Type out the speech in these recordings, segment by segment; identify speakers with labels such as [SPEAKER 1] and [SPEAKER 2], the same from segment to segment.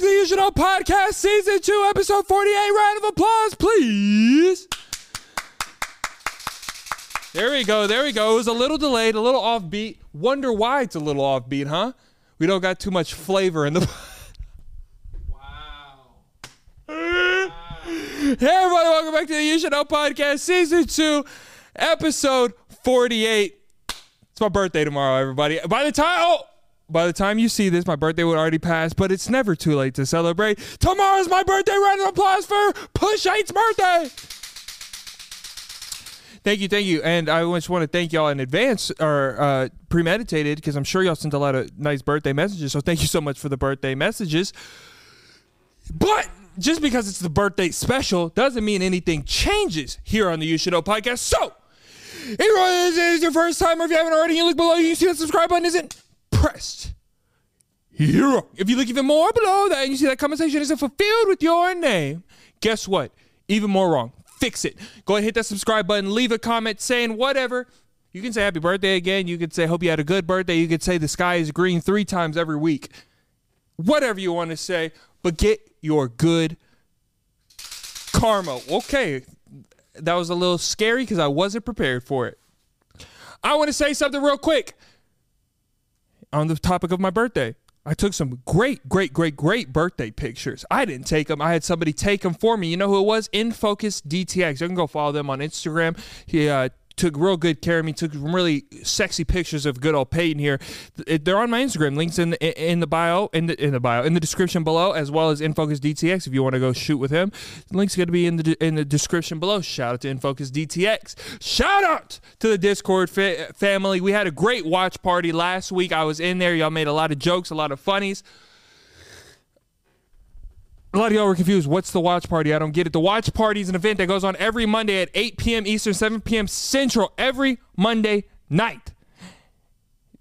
[SPEAKER 1] Delusional Podcast Season 2, Episode 48. Round of applause, please. There we go. There we go. It was a little delayed, a little offbeat. Wonder why it's a little offbeat, huh? We don't got too much flavor in the. Hey everybody, welcome back to the You Should Know Podcast, Season 2, Episode 48. It's my birthday tomorrow, everybody. By the time oh, by the time you see this, my birthday would already pass, but it's never too late to celebrate. Tomorrow's my birthday. Round of applause for Pushate's birthday. Thank you, thank you, and I just want to thank y'all in advance or uh, premeditated because I'm sure y'all sent a lot of nice birthday messages. So thank you so much for the birthday messages. But just because it's the birthday special doesn't mean anything changes here on the You Should Know podcast. So, if this is your first time or if you haven't already, you look below, you can see the subscribe button isn't pressed. Here. If you look even more below that and you see that conversation isn't fulfilled with your name, guess what? Even more wrong. Fix it. Go ahead, hit that subscribe button, leave a comment saying whatever. You can say happy birthday again. You could say hope you had a good birthday. You could say the sky is green three times every week whatever you want to say, but get your good karma. Okay. That was a little scary because I wasn't prepared for it. I want to say something real quick on the topic of my birthday. I took some great, great, great, great birthday pictures. I didn't take them. I had somebody take them for me. You know who it was? In Focus DTX. You can go follow them on Instagram. He uh, took real good care of me. Took some really sexy pictures of good old Peyton here. Th- They're on my Instagram. Links in the, in the bio, in the in the bio, in the description below, as well as In Focus DTX. If you want to go shoot with him, links going to be in the in the description below. Shout out to In Focus DTX. Shout out to the Discord fa- family. We had a great watch party last week. I was in there. Y'all made a lot of jokes, a lot of funnies. A lot of y'all were confused. What's the watch party? I don't get it. The watch party is an event that goes on every Monday at 8 p.m. Eastern, 7 p.m. Central, every Monday night.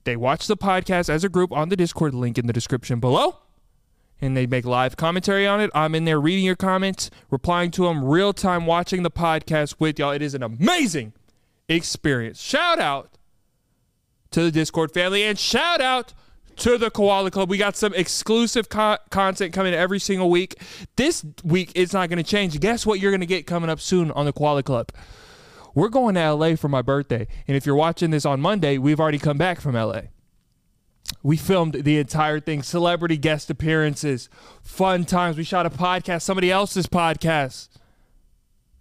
[SPEAKER 1] They watch the podcast as a group on the Discord link in the description below, and they make live commentary on it. I'm in there reading your comments, replying to them, real time watching the podcast with y'all. It is an amazing experience. Shout out to the Discord family and shout out to the Koala Club. We got some exclusive co- content coming every single week. This week it's not going to change. Guess what you're going to get coming up soon on the Koala Club? We're going to LA for my birthday. And if you're watching this on Monday, we've already come back from LA. We filmed the entire thing celebrity guest appearances, fun times. We shot a podcast, somebody else's podcast.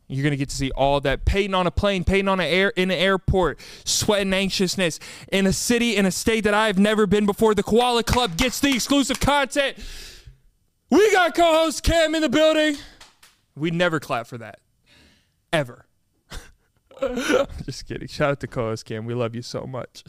[SPEAKER 1] You're gonna get to see all that. Peyton on a plane, Peyton on an air in an airport, sweat and anxiousness in a city in a state that I've never been before. The Koala Club gets the exclusive content. We got co-host Cam in the building. We never clap for that, ever. Just kidding. Shout out to co-host Cam. We love you so much,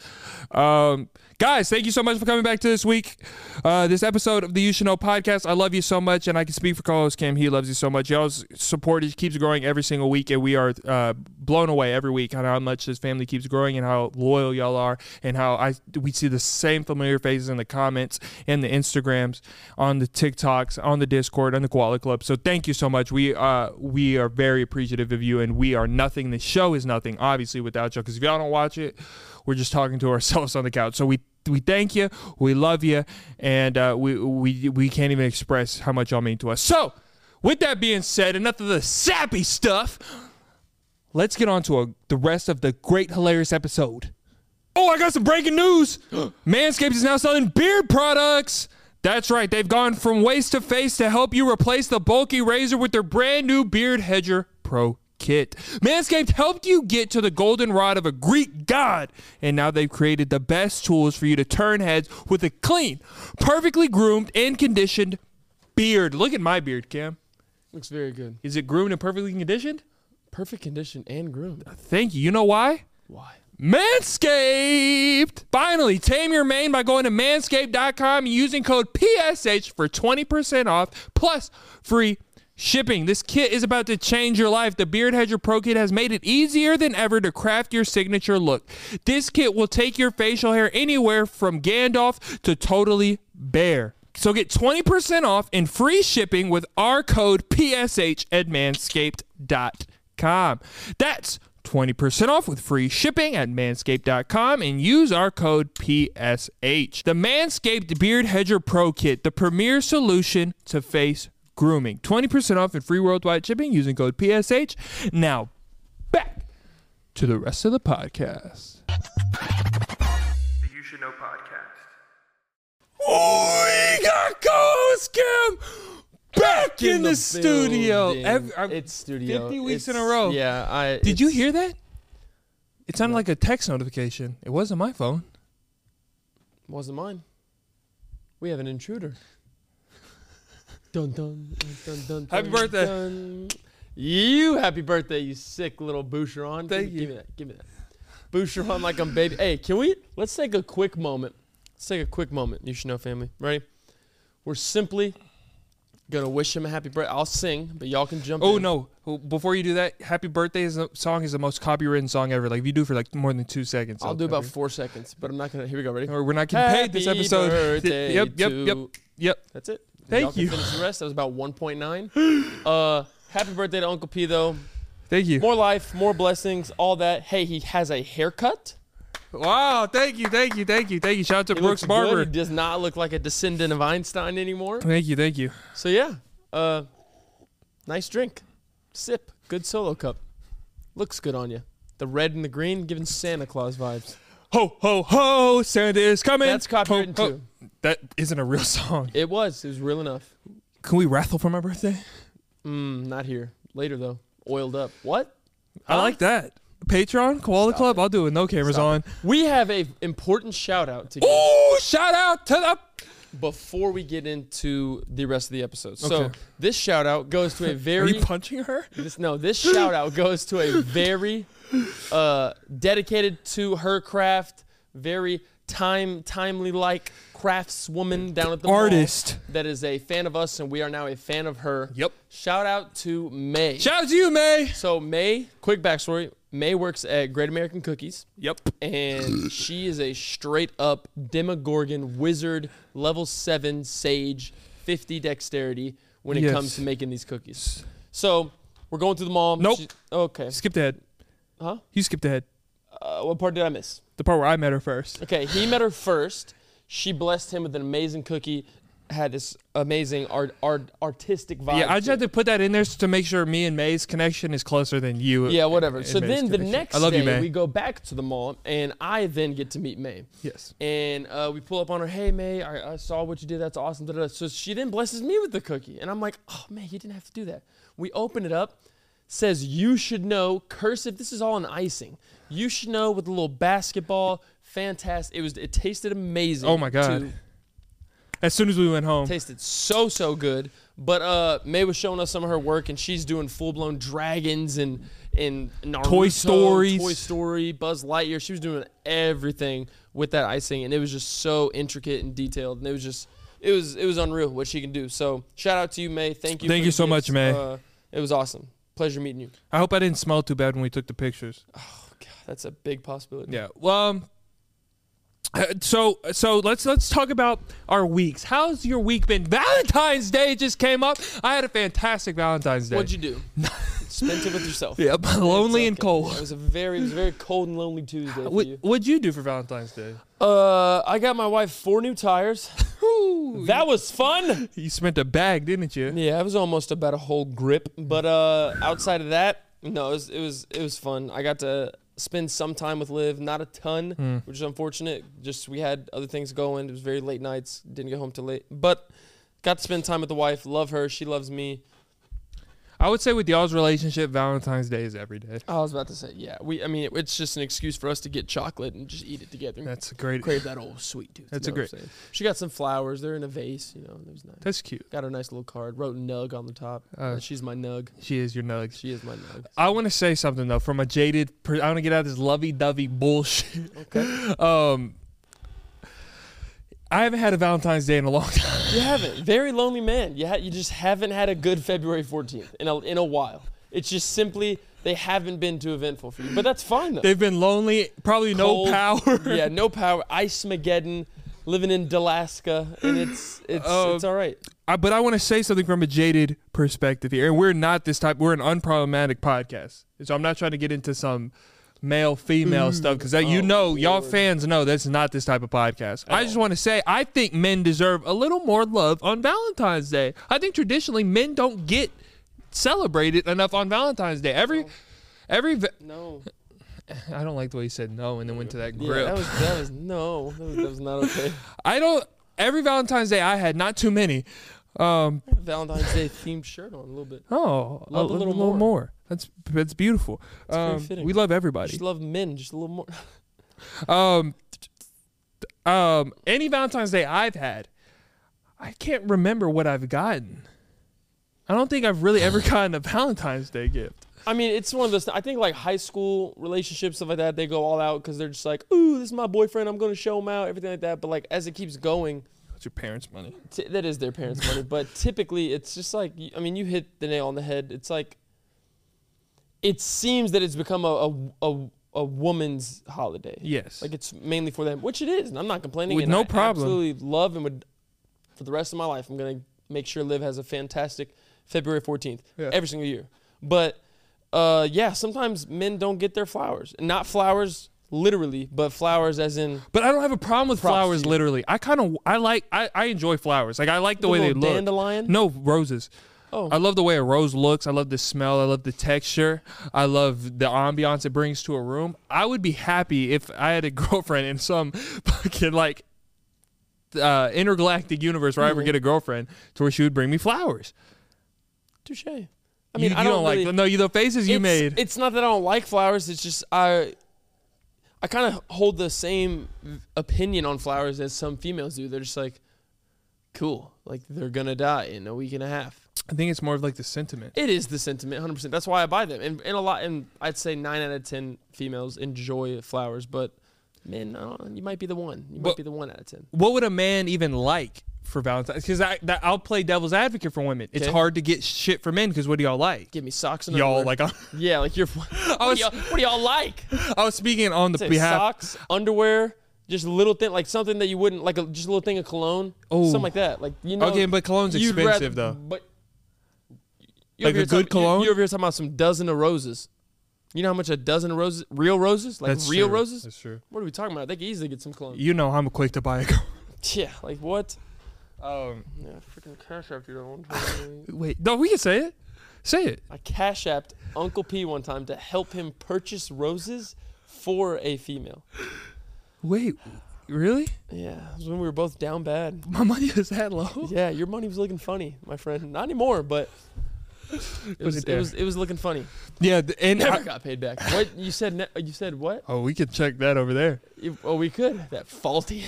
[SPEAKER 1] um, guys. Thank you so much for coming back to this week, uh, this episode of the You Should Know podcast. I love you so much, and I can speak for co-host Cam. He loves you so much. Y'all's support is- keeps growing every single week, and we are uh, blown away every week on how much this family keeps growing and how loyal y'all are, and how I we see the same familiar faces in the comments, in the Instagrams, on the TikToks, on the Discord, on the Koala Club. So thank you so much. We uh, we are very appreciative of you, and we are nothing. The show is nothing, obviously, without you. Because if y'all don't watch it, we're just talking to ourselves on the couch. So we we thank you, we love you, and uh, we we we can't even express how much y'all mean to us. So, with that being said, enough of the sappy stuff. Let's get on to a, the rest of the great hilarious episode. Oh, I got some breaking news. Manscaped is now selling beard products. That's right. They've gone from waist to face to help you replace the bulky razor with their brand new Beard Hedger Pro kit. Manscaped helped you get to the golden rod of a Greek god, and now they've created the best tools for you to turn heads with a clean, perfectly groomed and conditioned beard. Look at my beard, Cam.
[SPEAKER 2] Looks very good.
[SPEAKER 1] Is it groomed and perfectly conditioned?
[SPEAKER 2] Perfect condition and groomed.
[SPEAKER 1] Thank you. You know why?
[SPEAKER 2] Why?
[SPEAKER 1] Manscaped! Finally, tame your mane by going to manscaped.com and using code PSH for 20% off plus free shipping. This kit is about to change your life. The Beard Hedger Pro Kit has made it easier than ever to craft your signature look. This kit will take your facial hair anywhere from Gandalf to totally bare. So get 20% off and free shipping with our code PSH at manscaped.com. That's 20% off with free shipping at manscaped.com and use our code PSH. The Manscaped Beard Hedger Pro Kit, the premier solution to face grooming. 20% off and free worldwide shipping using code PSH. Now, back to the rest of the podcast.
[SPEAKER 3] The You Should Know podcast.
[SPEAKER 1] We got Ghost Kim back in, the, studio.
[SPEAKER 2] building.
[SPEAKER 1] Every- I-
[SPEAKER 2] it's studio.
[SPEAKER 1] 50 weeks in a
[SPEAKER 2] It's-
[SPEAKER 1] row.
[SPEAKER 2] Yeah. I.
[SPEAKER 1] Did you hear that? It sounded like a text notification. It wasn't my phone.
[SPEAKER 2] Wasn't mine. We have an intruder. dun dun dun dun. dun
[SPEAKER 1] Happy birthday.
[SPEAKER 2] dun. You happy birthday, you sick little boucheron.
[SPEAKER 1] Thank
[SPEAKER 2] give, me-
[SPEAKER 1] you.
[SPEAKER 2] Give me that. Give me that. Boucheron like I'm baby. Hey, can we? Let's take a quick moment. Let's take a quick moment. You should know, family. Ready? We're simply gonna wish him a happy birthday. I'll sing, but y'all can jump.
[SPEAKER 1] Oh
[SPEAKER 2] in.
[SPEAKER 1] no! Well, Before you do that, "Happy Birthday" is the song is the most copywritten song ever. Like if you do it for like more than two seconds,
[SPEAKER 2] I'll
[SPEAKER 1] so-
[SPEAKER 2] do about four seconds, but I'm not gonna. Here we go. Ready?
[SPEAKER 1] Or we're not getting paid this
[SPEAKER 2] Happy
[SPEAKER 1] episode.
[SPEAKER 2] birthday
[SPEAKER 1] yep, yep,
[SPEAKER 2] to-
[SPEAKER 1] yep, yep.
[SPEAKER 2] That's it.
[SPEAKER 1] Thank
[SPEAKER 2] Y'all can
[SPEAKER 1] you.
[SPEAKER 2] finish the rest. That was about 1.9. uh, happy birthday to Uncle P though.
[SPEAKER 1] Thank you.
[SPEAKER 2] More life, more blessings, all that. Hey, he has a haircut.
[SPEAKER 1] Wow! Thank you, thank you, thank you, thank you. Shout out to
[SPEAKER 2] He
[SPEAKER 1] Brooks
[SPEAKER 2] looks
[SPEAKER 1] Barber.
[SPEAKER 2] good. He does not look like a descendant of Einstein anymore.
[SPEAKER 1] Thank you, thank you.
[SPEAKER 2] So yeah, uh, nice drink, sip, good solo cup. Looks good on you. The red and the green, giving Santa Claus vibes.
[SPEAKER 1] Ho ho ho! Santa is coming.
[SPEAKER 2] That's copywritten
[SPEAKER 1] Ho, ho.
[SPEAKER 2] too.
[SPEAKER 1] That isn't a real song.
[SPEAKER 2] It was. It was real enough.
[SPEAKER 1] Can we raffle for my birthday?
[SPEAKER 2] Mm, not here. Later though. Oiled up. What?
[SPEAKER 1] I like that. Patreon, Koala Club. I'll do it. with No cameras on.
[SPEAKER 2] We have a important shout out to give
[SPEAKER 1] Ooh! Shout out to the
[SPEAKER 2] before we get into the rest of the episode. So
[SPEAKER 1] Okay.
[SPEAKER 2] this shout out goes to a
[SPEAKER 1] Are
[SPEAKER 2] very
[SPEAKER 1] you punching her?
[SPEAKER 2] this, no. This shout out goes to a very uh, dedicated to her craft, very time timely like craftswoman down at the mall
[SPEAKER 1] Artist.
[SPEAKER 2] that is a fan of us, and we are now a fan of her.
[SPEAKER 1] Yep.
[SPEAKER 2] Shout out to May.
[SPEAKER 1] Shout out to you, May.
[SPEAKER 2] so May, quick backstory. May works at Great American Cookies.
[SPEAKER 1] Yep.
[SPEAKER 2] and she is a straight up Demogorgon wizard, level seven sage, fifty dexterity when it
[SPEAKER 1] Yes.
[SPEAKER 2] comes to making these cookies. So we're going through the mall.
[SPEAKER 1] Nope.
[SPEAKER 2] She- okay.
[SPEAKER 1] Skipped ahead.
[SPEAKER 2] Huh?
[SPEAKER 1] You skipped ahead.
[SPEAKER 2] Uh, what part did I miss?
[SPEAKER 1] The part where I met her first.
[SPEAKER 2] Okay. He met her first. She blessed him with an amazing cookie. Had this amazing art, art artistic vibe.
[SPEAKER 1] Yeah, I just
[SPEAKER 2] to
[SPEAKER 1] had to put that in there to make sure me and May's connection is closer than you.
[SPEAKER 2] Yeah, whatever.
[SPEAKER 1] and
[SPEAKER 2] So
[SPEAKER 1] May's
[SPEAKER 2] then the
[SPEAKER 1] connection.
[SPEAKER 2] next
[SPEAKER 1] I love
[SPEAKER 2] day,
[SPEAKER 1] you, May.
[SPEAKER 2] we go back to the mall, and I then get to meet May.
[SPEAKER 1] Yes.
[SPEAKER 2] And uh, we pull up on her. Hey, May, I, I saw what you did. That's awesome. Da, da, da. So she then blesses me with the cookie, and I'm like, oh man, you didn't have to do that. We open it up. Says you should know cursive. This is all an icing. You should know with a little basketball. Fantastic. It was. It tasted amazing.
[SPEAKER 1] Oh, my God.
[SPEAKER 2] to-
[SPEAKER 1] As soon as we went home,
[SPEAKER 2] tasted so so good. But uh, May was showing us some of her work, and she's doing full blown dragons and and Naruto,
[SPEAKER 1] Toy Stories.
[SPEAKER 2] Toy Story, Buzz Lightyear. She was doing everything with that icing, and it was just so intricate and detailed, and it was just it was it was unreal what she can do. So shout out to you, May. Thank you.
[SPEAKER 1] Thank
[SPEAKER 2] for
[SPEAKER 1] you
[SPEAKER 2] the
[SPEAKER 1] so much,
[SPEAKER 2] gifts.
[SPEAKER 1] May.
[SPEAKER 2] Uh, it was awesome. Pleasure meeting you.
[SPEAKER 1] I hope I didn't smell too bad when we took the pictures.
[SPEAKER 2] Ah. God, that's a big possibility.
[SPEAKER 1] Yeah. Well, um, uh, so so let's let's talk about our weeks. How's your week been? Valentine's Day just came up. I had a fantastic Valentine's Day.
[SPEAKER 2] What'd you do? Spent it with yourself.
[SPEAKER 1] yep. Lonely
[SPEAKER 2] It's
[SPEAKER 1] and
[SPEAKER 2] okay.
[SPEAKER 1] cold.
[SPEAKER 2] It was a very, it was a very cold and lonely Tuesday for
[SPEAKER 1] What
[SPEAKER 2] you.
[SPEAKER 1] what'd you do for Valentine's Day?
[SPEAKER 2] Uh, I got my wife four new tires. that was fun.
[SPEAKER 1] You spent a bag, didn't you?
[SPEAKER 2] Yeah, it was almost about a whole grip, but uh, outside of that, no, it was it was it was fun. I got to spend some time with Liv, not a ton, which is unfortunate. Just we had other things going. It was very late nights. Didn't get home till late, but got to spend time with the wife. Love her. She loves me.
[SPEAKER 1] I would say with y'all's relationship, Valentine's Day is every day.
[SPEAKER 2] I was about to say, yeah. We, I mean, it, it's just an excuse for us to get chocolate and just eat it together. and
[SPEAKER 1] That's a great.
[SPEAKER 2] crave that old sweet tooth. you
[SPEAKER 1] That's a
[SPEAKER 2] know what I'm saying? She got some flowers. They're in a vase. You know, it was nice.
[SPEAKER 1] That's cute.
[SPEAKER 2] Got her nice little card. Wrote Nug on the top.
[SPEAKER 1] Uh,
[SPEAKER 2] Uh, she's my Nug.
[SPEAKER 1] She is your nugs.
[SPEAKER 2] She is my Nug.
[SPEAKER 1] I want to say something though, from a jaded. Per- I want to get out of this lovey-dovey bullshit.
[SPEAKER 2] Okay.
[SPEAKER 1] Um, I haven't had a Valentine's Day in a long time.
[SPEAKER 2] you haven't. Very lonely man. You ha- you just haven't had a good February 14th in a in a while. It's just simply they haven't been too eventful for you. But that's fine though.
[SPEAKER 1] They've been lonely, probably
[SPEAKER 2] Cold.
[SPEAKER 1] no power.
[SPEAKER 2] yeah, no power. Ice Mageddon. living in Dalaska, and it's it's
[SPEAKER 1] Oh.
[SPEAKER 2] it's all right.
[SPEAKER 1] I, but I want to say something from a jaded perspective here. And we're not this type, we're an unproblematic podcast. So I'm not trying to get into some male female
[SPEAKER 2] Mm.
[SPEAKER 1] stuff because that
[SPEAKER 2] Oh,
[SPEAKER 1] you know, y'all fans know that's not this type of podcast. I just want to say I think men deserve a little more love on Valentine's Day. I think traditionally men don't get celebrated enough on Valentine's Day. Every, every, va-
[SPEAKER 2] No,
[SPEAKER 1] I don't like the way you said no and then went to that
[SPEAKER 2] yeah,
[SPEAKER 1] grip.
[SPEAKER 2] that was that was no, that was, that was not okay.
[SPEAKER 1] I don't, every Valentine's Day I had, not too many. Um,
[SPEAKER 2] Valentine's Day themed shirt on a little bit.
[SPEAKER 1] Oh,
[SPEAKER 2] Love
[SPEAKER 1] a,
[SPEAKER 2] a
[SPEAKER 1] little,
[SPEAKER 2] little
[SPEAKER 1] more.
[SPEAKER 2] more.
[SPEAKER 1] That's that's beautiful.
[SPEAKER 2] very
[SPEAKER 1] Um,
[SPEAKER 2] fitting.
[SPEAKER 1] we love
[SPEAKER 2] Just
[SPEAKER 1] everybody.
[SPEAKER 2] love men, just a little more.
[SPEAKER 1] Um, um, any Valentine's Day I've had, I can't remember what I've gotten. I don't think I've really ever gotten a Valentine's Day gift.
[SPEAKER 2] I mean, it's one of those. I think like high school relationships, stuff like that, they go all out because they're just like, "Ooh, this is my boyfriend. I'm gonna show him out," everything like that. But like as it keeps going,
[SPEAKER 1] That's your parents' money.
[SPEAKER 2] t- that is their parents' money. But typically, it's just like y- I mean, you hit the nail on the head. It's like it seems that it's become a a, a, a woman's holiday.
[SPEAKER 1] Yes.
[SPEAKER 2] Like it's mainly for them, which it is, and I'm not complaining.
[SPEAKER 1] With
[SPEAKER 2] and
[SPEAKER 1] no
[SPEAKER 2] I
[SPEAKER 1] problem.
[SPEAKER 2] Absolutely love and would for the rest of my life. I'm gonna make sure Liv has a fantastic February 14th
[SPEAKER 1] Yeah.
[SPEAKER 2] every single year. But uh, yeah, sometimes men don't get their flowers, And not flowers literally, but flowers as in
[SPEAKER 1] but I don't have a problem with
[SPEAKER 2] Props to
[SPEAKER 1] flowers.
[SPEAKER 2] you.
[SPEAKER 1] Literally, I kind of I like I, I enjoy flowers. Like I like the,
[SPEAKER 2] The
[SPEAKER 1] way they
[SPEAKER 2] little
[SPEAKER 1] look.
[SPEAKER 2] dandelion?
[SPEAKER 1] No roses.
[SPEAKER 2] Oh.
[SPEAKER 1] I love the way a rose looks. I love the smell. I love the texture. I love the ambiance it brings to a room. I would be happy if I had a girlfriend in some fucking like uh, intergalactic universe where I
[SPEAKER 2] Mm.
[SPEAKER 1] ever get a girlfriend to where she would bring me flowers.
[SPEAKER 2] touche. I mean,
[SPEAKER 1] you,
[SPEAKER 2] I
[SPEAKER 1] you
[SPEAKER 2] don't,
[SPEAKER 1] like
[SPEAKER 2] really,
[SPEAKER 1] them. no, you the faces you
[SPEAKER 2] it's,
[SPEAKER 1] made.
[SPEAKER 2] It's not that I don't like flowers. It's just I, I kind of hold the same opinion on flowers as some females do. They're just like, cool, like they're gonna die in a week and a half.
[SPEAKER 1] I think it's more of like the sentiment.
[SPEAKER 2] It is the sentiment, hundred percent. That's why I buy them, and, and a lot. And I'd say nine out of ten females enjoy flowers, but men, I don't, you might be the one. You might
[SPEAKER 1] But-
[SPEAKER 2] be the one out of ten.
[SPEAKER 1] what would a man even like for Valentine's? Because I that, I'll play devil's advocate for women. It's
[SPEAKER 2] Okay.
[SPEAKER 1] hard to get shit for men because what do y'all like?
[SPEAKER 2] Give me socks and
[SPEAKER 1] Y'all
[SPEAKER 2] underwear.
[SPEAKER 1] like I
[SPEAKER 2] yeah, like you're. What,
[SPEAKER 1] was-
[SPEAKER 2] do, y'all, what do y'all like?
[SPEAKER 1] was speaking on the
[SPEAKER 2] Say
[SPEAKER 1] behalf.
[SPEAKER 2] socks, underwear, just little thing like something that you wouldn't like, a, just a little thing of cologne,
[SPEAKER 1] Oh.
[SPEAKER 2] something like that. Like you know.
[SPEAKER 1] Okay, but cologne's
[SPEAKER 2] you'd
[SPEAKER 1] expensive, though.
[SPEAKER 2] But you
[SPEAKER 1] Like a
[SPEAKER 2] over here
[SPEAKER 1] good
[SPEAKER 2] talking- you-
[SPEAKER 1] cologne?
[SPEAKER 2] You, over here talking about some dozen of roses. You know how much a dozen of roses, real roses, like
[SPEAKER 1] That's
[SPEAKER 2] real
[SPEAKER 1] true.
[SPEAKER 2] roses.
[SPEAKER 1] That's true.
[SPEAKER 2] What are we talking about? They could easily get some cologne.
[SPEAKER 1] You know I'm quick to buy a car.
[SPEAKER 2] Yeah, like what?
[SPEAKER 1] Um,
[SPEAKER 2] Yeah, freaking cash app you don't.
[SPEAKER 1] wait, no, we can say it. Say it.
[SPEAKER 2] I cash apped Uncle P one time to help him purchase roses for a female.
[SPEAKER 1] Wait, really?
[SPEAKER 2] Yeah, it was when we were both down bad.
[SPEAKER 1] My money is that low?
[SPEAKER 2] Yeah, your money was looking funny, my friend. Not anymore, but it
[SPEAKER 1] Was
[SPEAKER 2] was
[SPEAKER 1] it
[SPEAKER 2] it,
[SPEAKER 1] there?
[SPEAKER 2] was it was looking funny.
[SPEAKER 1] Yeah, th- and
[SPEAKER 2] Never
[SPEAKER 1] I-
[SPEAKER 2] got paid back. What you said? Ne- you said what?
[SPEAKER 1] oh, we can check that over there.
[SPEAKER 2] You- oh, we could. That faulty,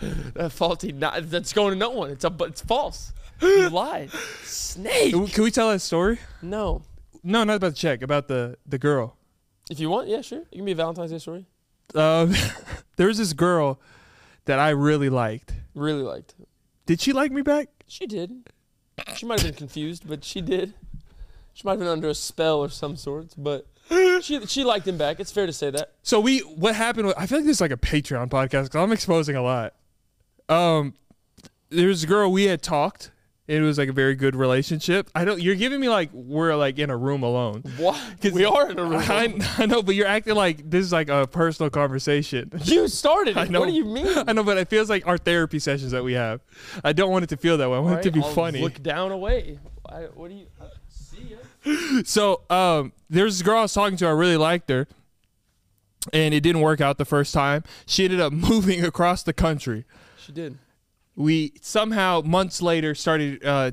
[SPEAKER 2] that faulty. Not that's going to no one. It's a but it's false. You lied. Snake.
[SPEAKER 1] Can we- Can we tell that story?
[SPEAKER 2] No.
[SPEAKER 1] No, not about the check. About the the girl.
[SPEAKER 2] If you want, yeah, sure. It can be a Valentine's Day story.
[SPEAKER 1] Um, there was this girl that I really liked.
[SPEAKER 2] Really liked.
[SPEAKER 1] Did she like me back?
[SPEAKER 2] She did. She might have been confused, but she did. She might have been under a spell or some sort, but she she liked him back. It's fair to say that.
[SPEAKER 1] So we, what happened? Was, I feel like this is like a Patreon podcast because I'm exposing a lot. Um, there was a girl we had talked. It was like a very good relationship. I don't. You're giving me like we're like in a room alone.
[SPEAKER 2] Why? We are in a room.
[SPEAKER 1] I, I know, but you're acting like this is like a personal conversation.
[SPEAKER 2] You started it.
[SPEAKER 1] I know.
[SPEAKER 2] What do you mean?
[SPEAKER 1] I know, but it feels like our therapy sessions that we have. I don't want it to feel that way. I want it to be
[SPEAKER 2] I'll
[SPEAKER 1] funny.
[SPEAKER 2] Look down away. I, what do you uh, I see? ya.
[SPEAKER 1] So um, there's this girl I was talking to. I really liked her, and it didn't work out the first time. She ended up moving across the country.
[SPEAKER 2] She did.
[SPEAKER 1] we somehow months later started uh,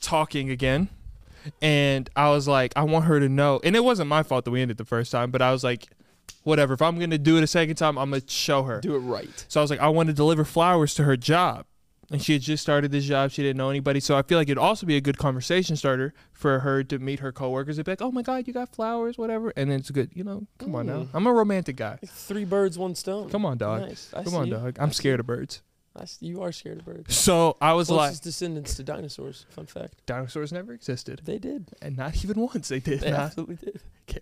[SPEAKER 1] talking again and i was like i want her to know and it wasn't my fault that we ended the first time but i was like whatever if i'm gonna do it a second time i'm gonna show her
[SPEAKER 2] Do it right.
[SPEAKER 1] so i was like i want to deliver flowers to her job and she had just started this job she didn't know anybody so i feel like it'd also be a good conversation starter for her to meet her coworkers and be like oh my god you got flowers whatever and then it's good you know come on now i'm a romantic guy
[SPEAKER 2] Three birds, one stone.
[SPEAKER 1] come on dog
[SPEAKER 2] Mm. Nice. I
[SPEAKER 1] come
[SPEAKER 2] see
[SPEAKER 1] on
[SPEAKER 2] you.
[SPEAKER 1] dog i'm scared of birds
[SPEAKER 2] I see- you are scared of birds.
[SPEAKER 1] so i was like
[SPEAKER 2] Closest descendants to dinosaurs. Fun fact.
[SPEAKER 1] dinosaurs never existed
[SPEAKER 2] They did.
[SPEAKER 1] and not even once they did
[SPEAKER 2] They
[SPEAKER 1] not.
[SPEAKER 2] absolutely did.
[SPEAKER 1] Do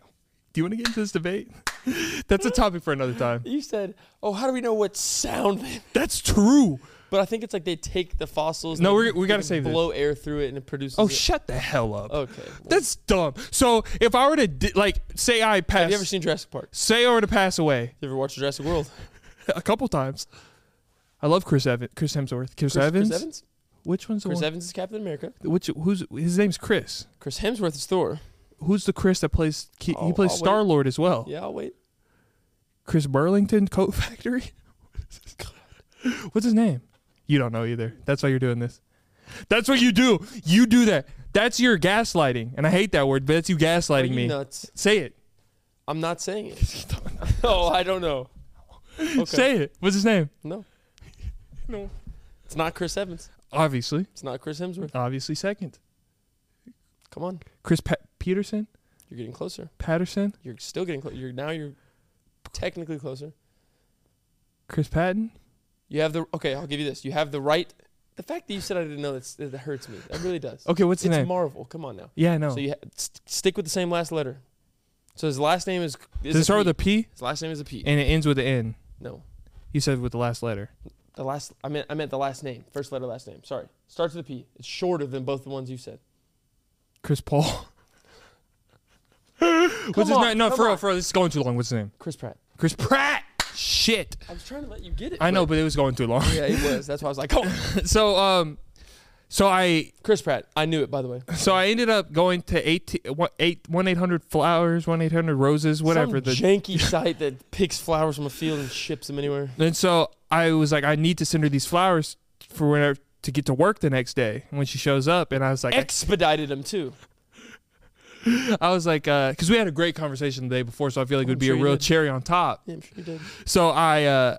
[SPEAKER 1] you want to get into this debate? That's a topic for another time.
[SPEAKER 2] You said, "Oh, how do we know what sound?" they-"
[SPEAKER 1] That's true.
[SPEAKER 2] But I think it's like they take the fossils.
[SPEAKER 1] No,
[SPEAKER 2] and
[SPEAKER 1] we're- we
[SPEAKER 2] they
[SPEAKER 1] gotta save this.
[SPEAKER 2] blow air through it and it produces.
[SPEAKER 1] Oh,
[SPEAKER 2] it.
[SPEAKER 1] shut the hell up.
[SPEAKER 2] Okay. well,
[SPEAKER 1] That's dumb. So if I were to di- like say I pass,
[SPEAKER 2] have you ever seen Jurassic Park?
[SPEAKER 1] say I were to pass away
[SPEAKER 2] You ever watched Jurassic World?
[SPEAKER 1] a couple times. I love Chris Evans. Chris Hemsworth. Chris,
[SPEAKER 2] Chris
[SPEAKER 1] Evans.
[SPEAKER 2] Chris Evans.
[SPEAKER 1] Which one's the
[SPEAKER 2] Chris
[SPEAKER 1] one?
[SPEAKER 2] Evans is Captain America.
[SPEAKER 1] Which who's his name's Chris.
[SPEAKER 2] Chris Hemsworth is Thor.
[SPEAKER 1] Who's the Chris that plays? He,
[SPEAKER 2] Oh,
[SPEAKER 1] he plays
[SPEAKER 2] I'll wait.
[SPEAKER 1] Star Lord as well.
[SPEAKER 2] Yeah, I'll wait.
[SPEAKER 1] Chris Burlington Coat Factory. What's his name? You don't know either. That's why you're doing this. That's what you do. You do that. That's your gaslighting, and I hate that word, but that's you
[SPEAKER 2] Are
[SPEAKER 1] gaslighting
[SPEAKER 2] you
[SPEAKER 1] me.
[SPEAKER 2] nuts?
[SPEAKER 1] Say it.
[SPEAKER 2] I'm not saying it. oh, I don't know. Okay.
[SPEAKER 1] Say it. What's his name?
[SPEAKER 2] no.
[SPEAKER 1] No.
[SPEAKER 2] It's not Chris Evans.
[SPEAKER 1] Obviously.
[SPEAKER 2] It's not Chris Hemsworth.
[SPEAKER 1] Obviously, second.
[SPEAKER 2] Come on,
[SPEAKER 1] Chris pa- Peterson,
[SPEAKER 2] you're getting closer.
[SPEAKER 1] Patterson,
[SPEAKER 2] You're still getting close. You're now you're technically closer.
[SPEAKER 1] Chris Patton.
[SPEAKER 2] You have the okay. I'll give you this. You have the right. The fact that you said I didn't know that's, that hurts me. That really does.
[SPEAKER 1] Okay, what's
[SPEAKER 2] it's
[SPEAKER 1] his name?
[SPEAKER 2] Marvel. Come on now.
[SPEAKER 1] yeah, I know.
[SPEAKER 2] So you ha- st- stick with the same last letter. So his last name is. is
[SPEAKER 1] Does it start
[SPEAKER 2] P.
[SPEAKER 1] with a P
[SPEAKER 2] His last name is a P.
[SPEAKER 1] and it ends with an N?
[SPEAKER 2] no,
[SPEAKER 1] You said with the last letter.
[SPEAKER 2] the last. I meant. I meant the last name. First letter, last name. Sorry. Starts with a P. It's shorter than both the ones you said.
[SPEAKER 1] Chris Paul. What's
[SPEAKER 2] Come
[SPEAKER 1] his
[SPEAKER 2] on,
[SPEAKER 1] name? No,
[SPEAKER 2] come
[SPEAKER 1] for real,
[SPEAKER 2] on.
[SPEAKER 1] for real. This is going too long. What's his name?
[SPEAKER 2] Chris Pratt.
[SPEAKER 1] Chris Pratt. Shit.
[SPEAKER 2] I was trying to let you get it.
[SPEAKER 1] I know, but it was going too long.
[SPEAKER 2] yeah, it was. That's why I was like, "Oh." come on.
[SPEAKER 1] so um, so I
[SPEAKER 2] Chris Pratt. I knew it. By the way.
[SPEAKER 1] so I ended up going to eight one eight hundred flowers, one eight hundred roses, whatever
[SPEAKER 2] Some
[SPEAKER 1] the
[SPEAKER 2] janky site that picks flowers from a field and ships them anywhere.
[SPEAKER 1] And so I was like, I need to send her these flowers for whenever to get to work the next day when she shows up. And I was like,
[SPEAKER 2] Expedited them too.
[SPEAKER 1] I was like, because we had a great conversation the day before, so I feel like it would
[SPEAKER 2] I'm
[SPEAKER 1] be
[SPEAKER 2] sure
[SPEAKER 1] a
[SPEAKER 2] you
[SPEAKER 1] real
[SPEAKER 2] Oh, did.
[SPEAKER 1] cherry on top.
[SPEAKER 2] Yeah, I'm sure you did.
[SPEAKER 1] So I, uh,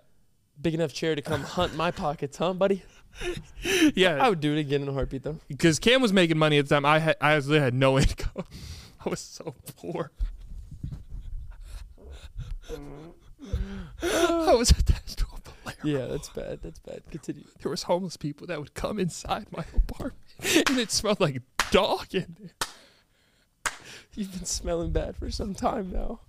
[SPEAKER 2] Big enough chair to come hunt my pockets, huh, buddy? I
[SPEAKER 1] yeah,
[SPEAKER 2] would do it again in a heartbeat, though.
[SPEAKER 1] because Cam was making money at the time. I had, I actually had no income. I was so poor. I was attached to a Bolero.
[SPEAKER 2] Yeah, that's bad. That's bad. Continue.
[SPEAKER 1] There was homeless people that would come inside my apartment, and it smelled like dog in there.
[SPEAKER 2] You've been smelling bad for some time now.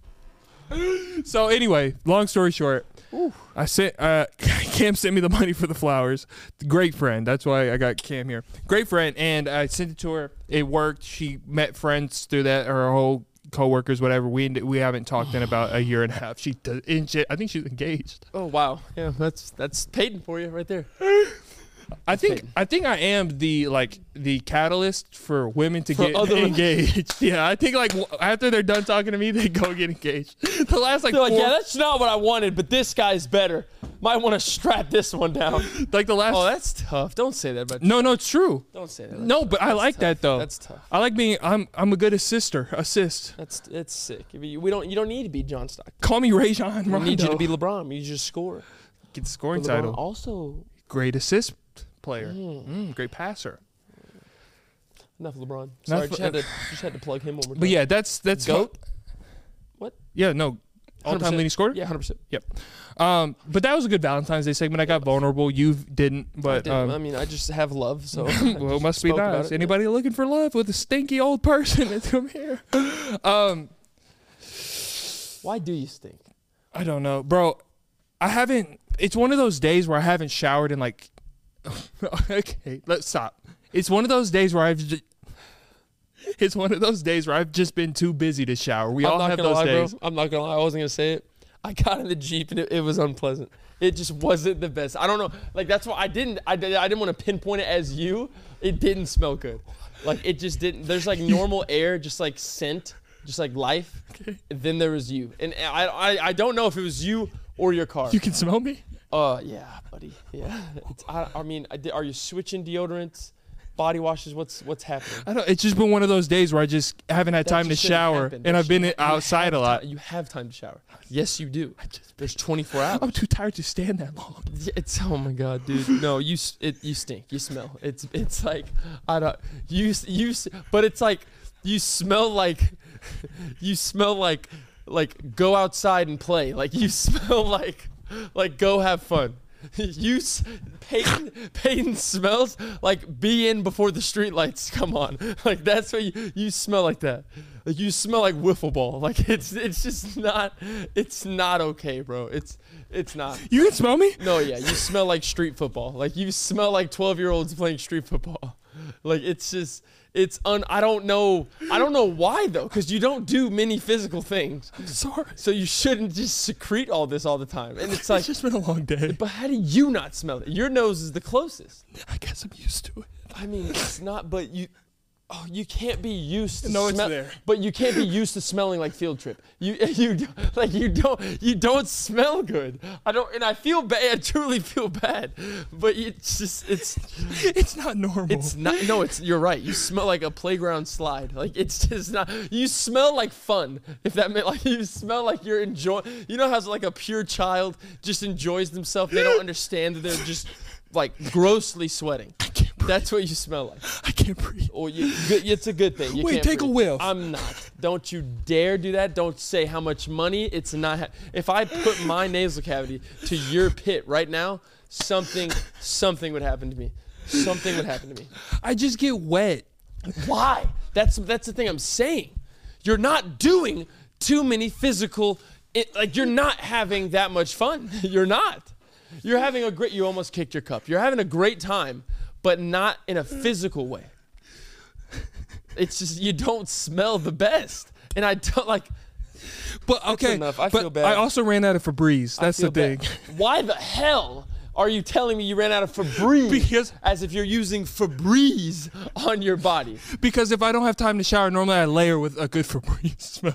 [SPEAKER 1] So anyway, long story short,
[SPEAKER 2] Ooh.
[SPEAKER 1] I sent uh, Cam sent me the money for the flowers. Great friend. That's why I got Cam here. Great friend, and I sent it to her. It worked. She met friends through that. Her whole coworkers, whatever. We we haven't talked in about a year and a half. She does. And she, I think she's engaged.
[SPEAKER 2] Oh wow. Yeah, that's that's Peyton for you right there.
[SPEAKER 1] I think
[SPEAKER 2] Peyton.
[SPEAKER 1] I think I am the like the catalyst for women to
[SPEAKER 2] For
[SPEAKER 1] get
[SPEAKER 2] other-
[SPEAKER 1] engaged. yeah, I think like w- after they're done talking to me, they go get engaged. The last like,
[SPEAKER 2] They're like,
[SPEAKER 1] four-
[SPEAKER 2] yeah, that's not what I wanted, but this guy's better. Might want to strap this one down.
[SPEAKER 1] like the last.
[SPEAKER 2] Oh, that's tough. Don't say that, but
[SPEAKER 1] no, no, it's true.
[SPEAKER 2] don't say that.
[SPEAKER 1] No, but I like that though.
[SPEAKER 2] That's tough.
[SPEAKER 1] I like being. I'm. I'm a good assister. Assist.
[SPEAKER 2] That's that's sick. I mean, we don't. You don't need to be John Stockton.
[SPEAKER 1] Call me Rajon Rondo.
[SPEAKER 2] We need you to be LeBron. You just score.
[SPEAKER 1] get the scoring
[SPEAKER 2] But LeBron
[SPEAKER 1] title.
[SPEAKER 2] also
[SPEAKER 1] Great assist player. Mm, great passer.
[SPEAKER 2] enough LeBron. Sorry,
[SPEAKER 1] Enough-
[SPEAKER 2] just had to just had to plug him one more time.
[SPEAKER 1] But yeah, that's that's
[SPEAKER 2] goat.
[SPEAKER 1] Yeah, no, all time
[SPEAKER 2] 100%.
[SPEAKER 1] leading scorer.
[SPEAKER 2] Yeah, hundred percent.
[SPEAKER 1] Um, but that was a good Valentine's Day segment. I got vulnerable. You didn't,
[SPEAKER 2] I,
[SPEAKER 1] but
[SPEAKER 2] did. I
[SPEAKER 1] um,
[SPEAKER 2] mean, I just have love, so
[SPEAKER 1] well, it must be
[SPEAKER 2] spoke about
[SPEAKER 1] nice.
[SPEAKER 2] it, yeah.
[SPEAKER 1] Anybody looking for love with a stinky old person? It's come here. Um,
[SPEAKER 2] why do you stink?
[SPEAKER 1] I don't know, bro. I haven't. It's one of those days where I haven't showered in like. okay, let's stop. It's one of those days where I've. Just, it's one of those days where I've just been too busy to shower. We
[SPEAKER 2] I'm
[SPEAKER 1] all
[SPEAKER 2] not
[SPEAKER 1] have
[SPEAKER 2] gonna
[SPEAKER 1] those
[SPEAKER 2] lie,
[SPEAKER 1] days.
[SPEAKER 2] bro. I'm not gonna lie. I wasn't gonna say it. I got in the jeep and it, it was unpleasant. It just wasn't the best. I don't know. Like that's why I didn't. I, did, I didn't want to pinpoint it as you. It didn't smell good. Like it just didn't. There's like normal air, just like scent, just like life. And then there was you, and I, I I don't know if it was you or your car.
[SPEAKER 1] You can smell me.
[SPEAKER 2] Uh, yeah, buddy. Yeah. It's, I, I mean, I di- are you switching deodorants, body washes? What's what's happening?
[SPEAKER 1] I don't. It's just been one of those days where I just haven't had
[SPEAKER 2] That
[SPEAKER 1] time to
[SPEAKER 2] just shouldn't
[SPEAKER 1] shower,
[SPEAKER 2] happen.
[SPEAKER 1] and
[SPEAKER 2] That
[SPEAKER 1] I've been
[SPEAKER 2] shouldn't- you
[SPEAKER 1] outside a
[SPEAKER 2] have
[SPEAKER 1] lot.
[SPEAKER 2] ti- you have time to shower. Yes, you do. There's 24
[SPEAKER 1] I'm
[SPEAKER 2] hours.
[SPEAKER 1] too tired to stand that long.
[SPEAKER 2] It's oh my god, dude. No, you s- it, you stink. You smell. It's it's like I don't you s- you s- but it's like you smell like you smell like like go outside and play. Like you smell like like go have fun. you, s- Peyton, Peyton smells like be in before the streetlights come on. Like that's what you, you smell like that. Like you smell like wiffle ball. Like it's it's just not it's not okay, bro. It's it's not.
[SPEAKER 1] You can smell me?
[SPEAKER 2] No, yeah, you smell like street football. Like you smell like twelve-year-olds playing street football. Like it's just, it's un. I don't know. I don't know why though, because you don't do many physical things,
[SPEAKER 1] Sorry.
[SPEAKER 2] so you shouldn't just secrete all this all the time. And it's like,
[SPEAKER 1] It's just been a long day.
[SPEAKER 2] but how do you not smell it? Your nose is the closest.
[SPEAKER 1] I guess I'm used to it.
[SPEAKER 2] I mean, it's not, but you. Oh, you can't be used to
[SPEAKER 1] No, it's
[SPEAKER 2] smell-
[SPEAKER 1] there.
[SPEAKER 2] but you can't be used to smelling like field trip. You you don't- like you don't you don't smell good. I don't, and I feel bad. I truly feel bad, but it's just it's
[SPEAKER 1] It's not normal.
[SPEAKER 2] it's not. No, it's you're right. You smell like a playground slide. Like it's just not. You smell like fun. If that meant like you smell like you're enjoying. You know how like a pure child just enjoys themselves. They don't understand that they're just like grossly sweating.
[SPEAKER 1] I can't breathe.
[SPEAKER 2] That's what you smell like.
[SPEAKER 1] I can't breathe.
[SPEAKER 2] Or you, good- it's a good thing. You
[SPEAKER 1] Wait,
[SPEAKER 2] can't
[SPEAKER 1] take a
[SPEAKER 2] breathe.
[SPEAKER 1] whiff.
[SPEAKER 2] I'm not. Don't you dare do that. Don't say how much money. It's not. Ha- if I put my nasal cavity to your pit right now, something, something would happen to me. Something would happen to me.
[SPEAKER 1] I just get wet.
[SPEAKER 2] Why? That's that's the thing I'm saying. You're not doing too many physical. It, like you're not having that much fun. You're not. You're having a great. You almost kicked your cup. You're having a great time, but not in a physical way. It's just you don't smell the best, and I don't like.
[SPEAKER 1] But okay.
[SPEAKER 2] enough. I
[SPEAKER 1] but
[SPEAKER 2] feel bad.
[SPEAKER 1] I also ran out of Febreze. That's the thing.
[SPEAKER 2] feel bad. Why the hell are you telling me you ran out of Febreze?
[SPEAKER 1] Because-
[SPEAKER 2] as if you're using Febreze on your body.
[SPEAKER 1] Because if I don't have time to shower, normally I layer with a good Febreze smell.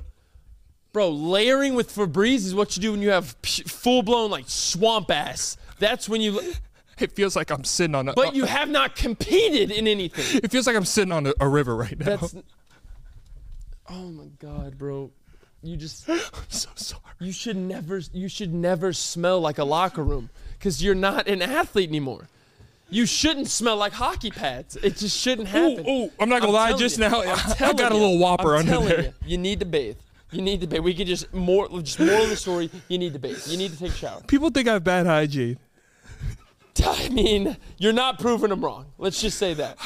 [SPEAKER 2] Bro, layering with Febreze is what you do when you have p- full blown like swamp ass. That's when you.
[SPEAKER 1] It feels like I'm sitting on a. uh,
[SPEAKER 2] But you have not competed in anything.
[SPEAKER 1] It feels like I'm sitting on a, a river right now.
[SPEAKER 2] That's. Oh my god, bro. You just.
[SPEAKER 1] I'm so sorry.
[SPEAKER 2] You should never. You should never smell like a locker room, because you're not an athlete anymore. You shouldn't smell like hockey pads. It just shouldn't happen.
[SPEAKER 1] ooh, I'm not gonna lie,
[SPEAKER 2] telling
[SPEAKER 1] just
[SPEAKER 2] you.
[SPEAKER 1] now,
[SPEAKER 2] I'm
[SPEAKER 1] I- I
[SPEAKER 2] telling
[SPEAKER 1] got a
[SPEAKER 2] you.
[SPEAKER 1] little whopper
[SPEAKER 2] I'm
[SPEAKER 1] under
[SPEAKER 2] telling
[SPEAKER 1] there.
[SPEAKER 2] You, you need to bathe. You need to bathe. We could just more. Just moral of the story. You need to bathe. You need to take a shower.
[SPEAKER 1] People think I have bad hygiene.
[SPEAKER 2] I mean, you're not proving them wrong. Let's just say that.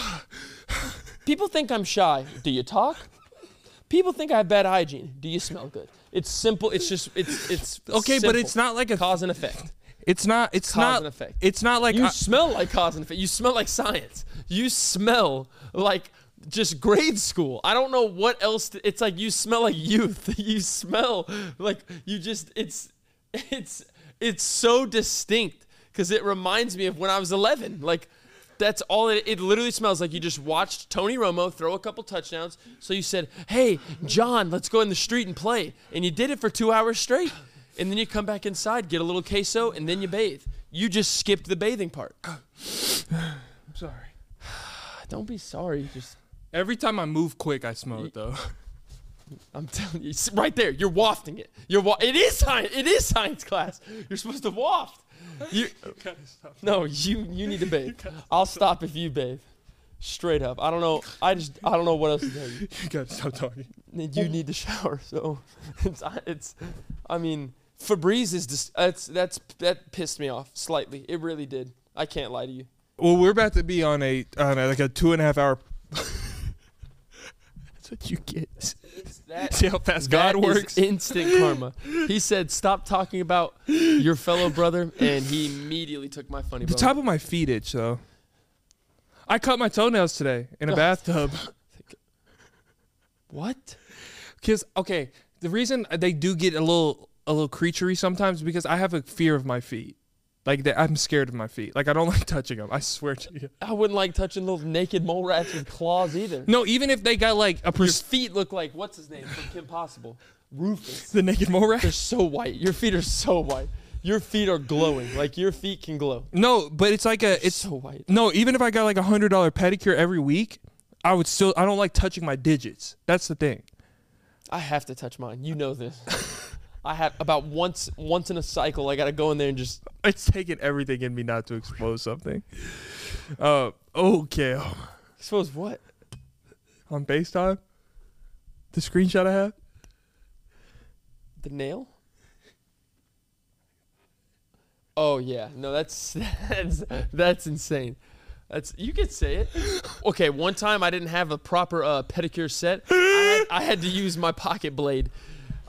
[SPEAKER 2] People think I'm shy. Do you talk? People think I have bad hygiene. Do you smell good? It's simple. It's just it's it's
[SPEAKER 1] Okay, but
[SPEAKER 2] simple.
[SPEAKER 1] it's not like a.
[SPEAKER 2] cause and effect.
[SPEAKER 1] It's not. It's
[SPEAKER 2] Cause
[SPEAKER 1] not.
[SPEAKER 2] and effect.
[SPEAKER 1] It's not like.
[SPEAKER 2] You
[SPEAKER 1] I-
[SPEAKER 2] smell like cause and effect. You smell like science. You smell like just grade school. I don't know what else. To, it's like you smell like youth. You smell like you just. It's it's it's so distinct because it reminds me of when I was 11. Like that's all it, it literally smells like. You just watched Tony Romo throw a couple touchdowns. So you said, "Hey, John, let's go in the street and play," and you did it for two hours straight. And then you come back inside, get a little queso, and then you bathe. You just skipped the bathing part.
[SPEAKER 1] I'm sorry.
[SPEAKER 2] Don't be sorry. Just
[SPEAKER 1] Every time I move quick, I smell it though.
[SPEAKER 2] I'm telling you, it's right there. You're wafting it. You're wa- It is science. It is science class. You're supposed to waft. You, no, you you need to bathe. I'll stop if you bathe. Straight up. I don't know. I just I don't know what else to tell you.
[SPEAKER 1] you gotta stop talking.
[SPEAKER 2] then you need to shower. So it's it's, I mean, Febreze is just that's that's that pissed me off slightly. It really did. I can't lie to you.
[SPEAKER 1] Well, we're about to be on a on a, like a two and a half hour. That's what you get.
[SPEAKER 2] That
[SPEAKER 1] See how fast
[SPEAKER 2] that
[SPEAKER 1] God
[SPEAKER 2] is
[SPEAKER 1] works.
[SPEAKER 2] instant karma. He said, "Stop talking about your fellow brother," and he immediately took my funny
[SPEAKER 1] the
[SPEAKER 2] bone.
[SPEAKER 1] top of my feet itch though. I cut my toenails today in a bathtub.
[SPEAKER 2] What?
[SPEAKER 1] Because okay, the reason they do get a little a little creaturey sometimes is because I have a fear of my feet. Like that, I'm scared of my feet. Like I don't like touching them. I swear to you.
[SPEAKER 2] I wouldn't like touching little naked mole rats with claws either.
[SPEAKER 1] No, even if they got like a
[SPEAKER 2] Your
[SPEAKER 1] pers-
[SPEAKER 2] feet look like what's his name from Kim Possible, Rufus.
[SPEAKER 1] the naked mole rat.
[SPEAKER 2] They're so white. Your feet are so white. Your feet are glowing. Like your feet can glow.
[SPEAKER 1] No, but it's like a
[SPEAKER 2] It's
[SPEAKER 1] it's
[SPEAKER 2] so white.
[SPEAKER 1] no. Even if I got like a hundred dollar pedicure every week, I would still I don't like touching my digits. That's the thing.
[SPEAKER 2] I have to touch mine. You know this. I have about once once in a cycle. I gotta go in there and just
[SPEAKER 1] It's taking everything in me not to expose something. Uh, okay,
[SPEAKER 2] expose what?
[SPEAKER 1] on Facetime, the screenshot I have.
[SPEAKER 2] The nail? Oh yeah, no, that's that's that's insane. That's you could say it. Okay, one time I didn't have a proper uh, pedicure set. I had, I had to use my pocket blade.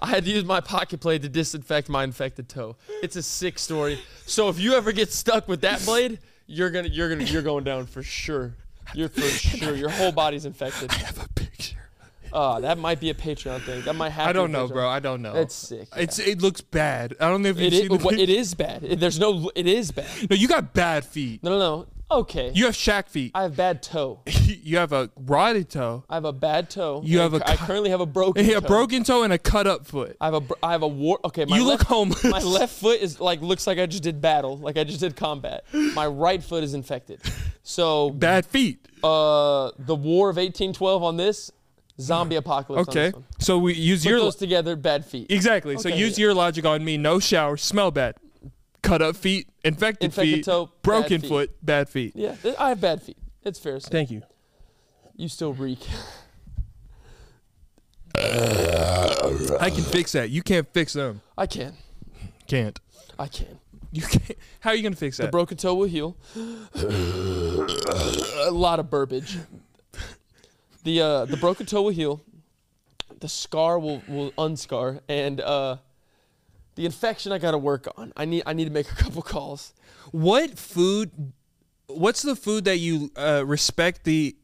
[SPEAKER 2] I had to use my pocket blade to disinfect my infected toe. It's a sick story. So if you ever get stuck with that blade, you're gonna you're gonna you're going down for sure. You're for sure. Your whole body's infected.
[SPEAKER 1] I have a picture.
[SPEAKER 2] Uh, that might be a Patreon thing. That might happen.
[SPEAKER 1] I don't know, bro. I don't know.
[SPEAKER 2] That's sick, yeah.
[SPEAKER 1] It's it looks bad. I don't know if you've
[SPEAKER 2] It is,
[SPEAKER 1] seen the
[SPEAKER 2] it is bad. It- there's no. It is bad.
[SPEAKER 1] No, you got bad feet.
[SPEAKER 2] No, no, no. Okay.
[SPEAKER 1] You have Shaq feet.
[SPEAKER 2] I have bad toe.
[SPEAKER 1] you have a rotted toe.
[SPEAKER 2] I have a bad toe.
[SPEAKER 1] You
[SPEAKER 2] and
[SPEAKER 1] have a
[SPEAKER 2] I
[SPEAKER 1] cu-
[SPEAKER 2] currently have a
[SPEAKER 1] A
[SPEAKER 2] broken. toe.
[SPEAKER 1] broken toe and a cut up foot.
[SPEAKER 2] I have a. br- I have a war. Okay, my
[SPEAKER 1] You look
[SPEAKER 2] left,
[SPEAKER 1] homeless.
[SPEAKER 2] My left foot is like looks like I just did battle, like I just did combat. My right foot is infected. So,
[SPEAKER 1] Bad feet.
[SPEAKER 2] uh, the War of 1812 on this, zombie apocalypse. On
[SPEAKER 1] Okay.
[SPEAKER 2] this one.
[SPEAKER 1] So we use
[SPEAKER 2] Put
[SPEAKER 1] your
[SPEAKER 2] those together, bad feet.
[SPEAKER 1] exactly. so
[SPEAKER 2] Okay,
[SPEAKER 1] use
[SPEAKER 2] yeah.
[SPEAKER 1] your logic on me. No shower. Smell bad. Cut up feet. Infected,
[SPEAKER 2] Infected
[SPEAKER 1] feet.
[SPEAKER 2] toe, bad
[SPEAKER 1] broken
[SPEAKER 2] feet.
[SPEAKER 1] foot. Bad feet.
[SPEAKER 2] Yeah, th- I have bad feet. It's fair. to say.
[SPEAKER 1] Thank you.
[SPEAKER 2] You still reek.
[SPEAKER 1] I can fix that. You can't fix them.
[SPEAKER 2] I can.
[SPEAKER 1] Can't.
[SPEAKER 2] I can.
[SPEAKER 1] You can't. How are you gonna fix that?
[SPEAKER 2] Broken toe will heal. a lot of burbage. The uh, the broken toe will heal. The scar will will unscar, and uh, the infection I got to work on. I need I need to make a couple calls.
[SPEAKER 1] What food? What's the food that you uh, respect the?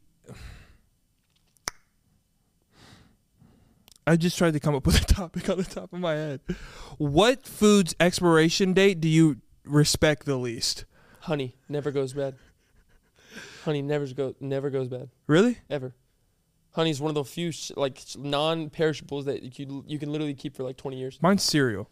[SPEAKER 1] I just tried to come up with a topic on the top of my head. What food's expiration date do you respect the least?
[SPEAKER 2] Honey never goes bad. Honey never go never goes bad
[SPEAKER 1] Really?
[SPEAKER 2] ever. Honey is one of the few sh- like sh- non-perishables that you you can literally keep for like 20 years.
[SPEAKER 1] Mine's cereal.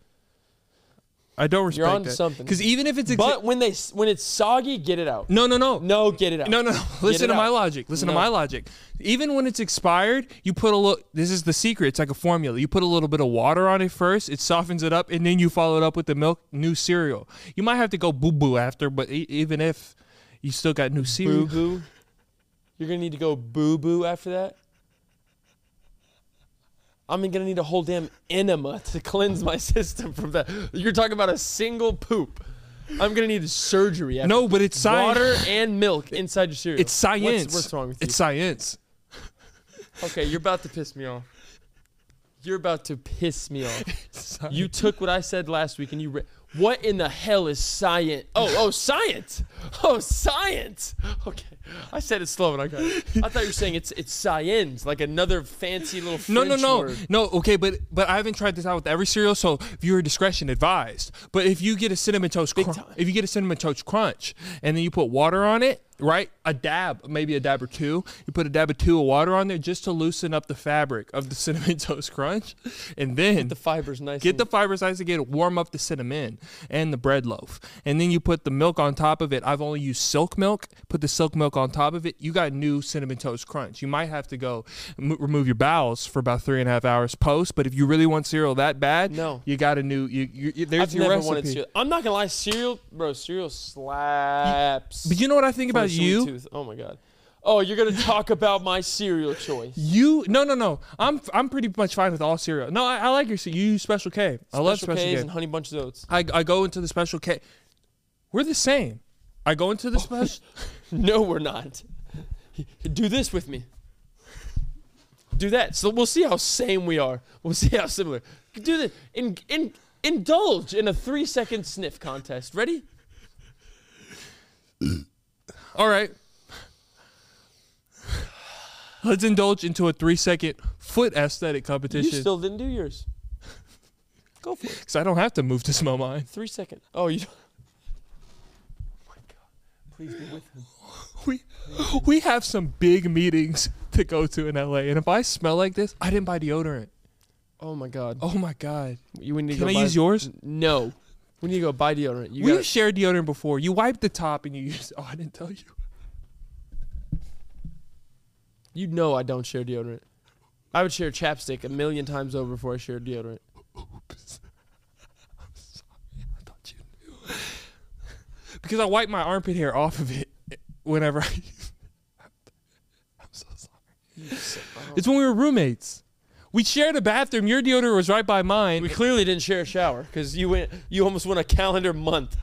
[SPEAKER 1] I don't respect
[SPEAKER 2] You're on
[SPEAKER 1] that.
[SPEAKER 2] something.
[SPEAKER 1] Because even if it's exa-
[SPEAKER 2] But when they s- when it's soggy, get it out.
[SPEAKER 1] no, no, no,
[SPEAKER 2] No, get it out.
[SPEAKER 1] No, no, no. Listen to
[SPEAKER 2] it
[SPEAKER 1] my
[SPEAKER 2] out.
[SPEAKER 1] logic. Listen
[SPEAKER 2] No.
[SPEAKER 1] to my logic. Even when it's expired, you put a little. This is the secret. It's like a formula. You put a little bit of water on it first. It softens it up, and then you follow it up with the milk, new cereal. You might have to go boo boo after, but e- even if you still got new cereal,
[SPEAKER 2] boo boo. You're gonna need to go boo boo after that. I'm gonna need a whole damn enema to cleanse my system from that. You're talking about a single poop. I'm gonna need surgery. After
[SPEAKER 1] no, but it's science.
[SPEAKER 2] water and milk inside your cereal.
[SPEAKER 1] It's science.
[SPEAKER 2] What's, what's wrong with you?
[SPEAKER 1] It's science.
[SPEAKER 2] okay, you're about to piss me off. You're about to piss me off. You took what I said last week and you. Re- what in the hell is science? Oh, oh, science! Oh, science! Okay, I said it slow and I got it. I thought you were saying it's it's science, like another fancy little French
[SPEAKER 1] No, no, no,
[SPEAKER 2] word.
[SPEAKER 1] no. Okay, but but I haven't tried this out with every cereal, so viewer discretion advised. But if you get a cinnamon toast, crunch,
[SPEAKER 2] time.
[SPEAKER 1] if you get a cinnamon toast crunch, and then you put water on it, right? A dab, maybe a dab or two. You put a dab or two of water on there just to loosen up the fabric of the cinnamon toast crunch, and then
[SPEAKER 2] The fiber's nice.
[SPEAKER 1] get
[SPEAKER 2] and-
[SPEAKER 1] the fiber size to get it, warm up the cinnamon and the bread loaf. And then you put the milk on top of it. I've only used silk milk. Put the silk milk on top of it. You got new cinnamon toast crunch. You might have to go m- remove your bowels for about three and a half hours post. But if you really want cereal that bad,
[SPEAKER 2] No.
[SPEAKER 1] you got a new. You, you, you- there's
[SPEAKER 2] I've
[SPEAKER 1] your
[SPEAKER 2] never
[SPEAKER 1] recipe.
[SPEAKER 2] wanted cereal. I'm not gonna lie, cereal, bro, cereal slaps.
[SPEAKER 1] But you know what I think
[SPEAKER 2] for a
[SPEAKER 1] about
[SPEAKER 2] sweet
[SPEAKER 1] you?
[SPEAKER 2] tooth. Oh my god. Oh, you're gonna talk about my cereal choice.
[SPEAKER 1] You no no no. I'm I'm pretty much fine with all cereal. No, I, I like your cereal. You use Special K. I love
[SPEAKER 2] Special
[SPEAKER 1] Special
[SPEAKER 2] K's
[SPEAKER 1] K.
[SPEAKER 2] and Honey Bunches of Oats.
[SPEAKER 1] I I go into the Special K. We're the same. I go into the special.
[SPEAKER 2] No, we're not. Do this with me. Do that. So we'll see how same we are. We'll see how similar. Do this. In, in, indulge in a three second sniff contest. Ready?
[SPEAKER 1] All right. Let's indulge into a three second foot aesthetic
[SPEAKER 2] You
[SPEAKER 1] competition.
[SPEAKER 2] still didn't do yours. Go for it.
[SPEAKER 1] Because I don't have to move to smell mine.
[SPEAKER 2] Three second. Oh, you. Oh my God. Please be with him.
[SPEAKER 1] We, we have some big meetings to go to in LA. And if I smell like this, I didn't buy deodorant.
[SPEAKER 2] Oh my God.
[SPEAKER 1] Oh my God.
[SPEAKER 2] You we need to
[SPEAKER 1] Can
[SPEAKER 2] go
[SPEAKER 1] I
[SPEAKER 2] buy-
[SPEAKER 1] use yours?
[SPEAKER 2] No. We need to go buy deodorant. You
[SPEAKER 1] We've
[SPEAKER 2] gotta-
[SPEAKER 1] shared deodorant before. You wipe the top and you use. Oh, I didn't tell you.
[SPEAKER 2] You know I don't share deodorant. I would share chapstick a million times over before I share deodorant.
[SPEAKER 1] I thought you knew. Because I wipe my armpit hair off of it whenever I use I'm so sorry. It's when we were roommates. We shared a bathroom. Your deodorant was right by mine.
[SPEAKER 2] We clearly didn't share a shower because you went. You almost went a calendar month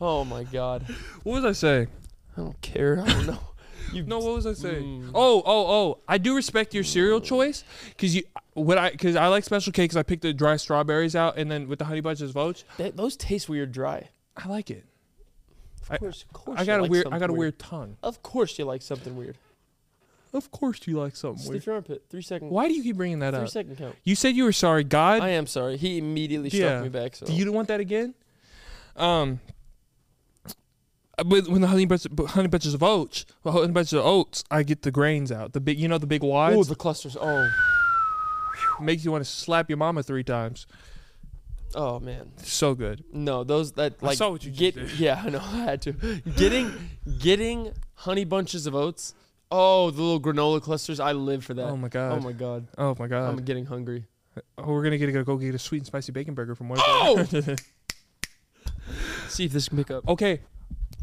[SPEAKER 2] Oh my god.
[SPEAKER 1] What was I saying?
[SPEAKER 2] I don't care. I don't know. You
[SPEAKER 1] No, what was I saying? Oh, oh, oh! I do respect your cereal choice, cause you, what I, cause I like special K 'cause I picked the dry strawberries out, and then with the honey bunches of oats,
[SPEAKER 2] Th- those taste weird dry.
[SPEAKER 1] I like it. I-
[SPEAKER 2] Of course, of course.
[SPEAKER 1] I
[SPEAKER 2] you
[SPEAKER 1] got a
[SPEAKER 2] like
[SPEAKER 1] weird, I
[SPEAKER 2] something
[SPEAKER 1] got a weird tongue.
[SPEAKER 2] Of course, you like something weird.
[SPEAKER 1] Of course, you like something
[SPEAKER 2] Sniff
[SPEAKER 1] weird.
[SPEAKER 2] your armpit. Three second.
[SPEAKER 1] Why do you keep bringing that
[SPEAKER 2] Three
[SPEAKER 1] up?
[SPEAKER 2] second count.
[SPEAKER 1] You said you were sorry, God.
[SPEAKER 2] I am sorry. He immediately
[SPEAKER 1] Yeah.
[SPEAKER 2] struck me back. So
[SPEAKER 1] Do you want that again? Um, but when the honey bunches, honey bunches of oats, the honey bunches of oats, I get the grains out. The big, you know, the big
[SPEAKER 2] Oh,
[SPEAKER 1] wads
[SPEAKER 2] the clusters. Oh,
[SPEAKER 1] makes you want to slap your mama three times.
[SPEAKER 2] oh man.
[SPEAKER 1] So good.
[SPEAKER 2] No, those that like
[SPEAKER 1] saw what you
[SPEAKER 2] get.
[SPEAKER 1] just
[SPEAKER 2] Yeah, I know. I had to. Getting, getting honey bunches of oats. Oh, the little granola clusters. I live for that.
[SPEAKER 1] Oh my god.
[SPEAKER 2] Oh my god.
[SPEAKER 1] Oh my god.
[SPEAKER 2] I'm getting hungry.
[SPEAKER 1] oh, we're gonna get to go get a sweet and spicy bacon burger from one.
[SPEAKER 2] Oh! See if this can pick up.
[SPEAKER 1] okay.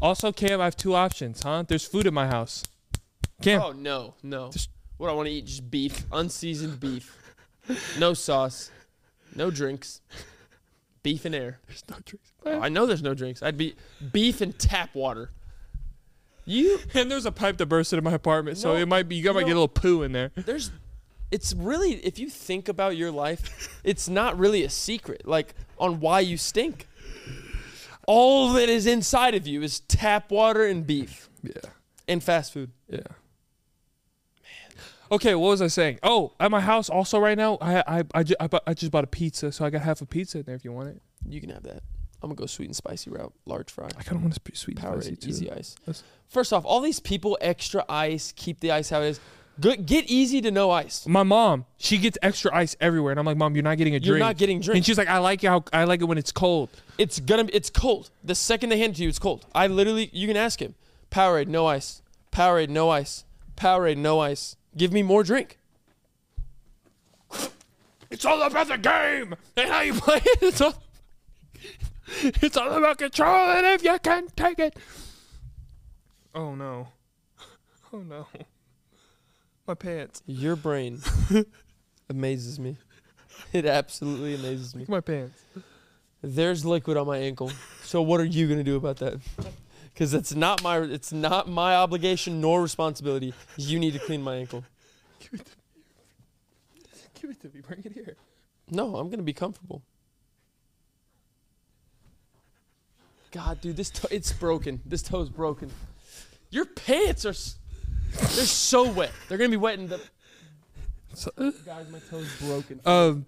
[SPEAKER 1] Also, Cam, I have two options, huh? There's food at my house. Cam,
[SPEAKER 2] Oh no, no.
[SPEAKER 1] Just-
[SPEAKER 2] what I want to eat just beef, unseasoned beef, no sauce, no drinks, beef and air.
[SPEAKER 1] there's no drinks.
[SPEAKER 2] I know there's no drinks. I'd be beef and tap water. You
[SPEAKER 1] And there's a pipe that burst into my apartment, so
[SPEAKER 2] No,
[SPEAKER 1] it might be you might
[SPEAKER 2] no.
[SPEAKER 1] get a little poo in there.
[SPEAKER 2] there's it's really if you think about your life, it's not really a secret like on why you stink. All that is inside of you is tap water and beef
[SPEAKER 1] Yeah.
[SPEAKER 2] and fast food.
[SPEAKER 1] Yeah. Man. Okay, what was I saying? Oh, at my house also right now, I I I, ju- I, bu- I just bought a pizza, so I got half a pizza in there if you want it.
[SPEAKER 2] You can have that. I'm going to go sweet and spicy route, large fry.
[SPEAKER 1] I kind of want a sweet and spicy
[SPEAKER 2] Powerade,
[SPEAKER 1] too.
[SPEAKER 2] easy ice.
[SPEAKER 1] That's-
[SPEAKER 2] First off, all these people extra ice, keep the ice how it is. Good, get easy to no ice.
[SPEAKER 1] My mom, she gets extra ice everywhere, and I'm like, Mom, you're not getting a
[SPEAKER 2] You're
[SPEAKER 1] drink.
[SPEAKER 2] not getting
[SPEAKER 1] And
[SPEAKER 2] drinks.
[SPEAKER 1] she's like, I like how I like it when it's cold.
[SPEAKER 2] It's gonna be, it's cold. The second they hand it to you, it's cold. I literally, you can ask him. Powerade, no ice. Powerade, no ice. Powerade, no ice. Give me more drink.
[SPEAKER 1] It's all about the game and how you play it. It's all, it's all about control, and if you can take it. Oh no! Oh no! My pants!
[SPEAKER 2] Your brain amazes me. It absolutely amazes me.
[SPEAKER 1] Look at my pants!
[SPEAKER 2] There's liquid on my ankle. So what are you gonna do about that? Because it's not my, it's not my obligation nor responsibility. You need to clean my ankle.
[SPEAKER 1] Give it to me. Give it to me. Bring it here.
[SPEAKER 2] No, I'm gonna be comfortable. God, dude, this toe, it's broken. This toe's broken. Your pants are s- they're so wet. They're gonna be wet in the guys. My toe's broken.
[SPEAKER 1] um,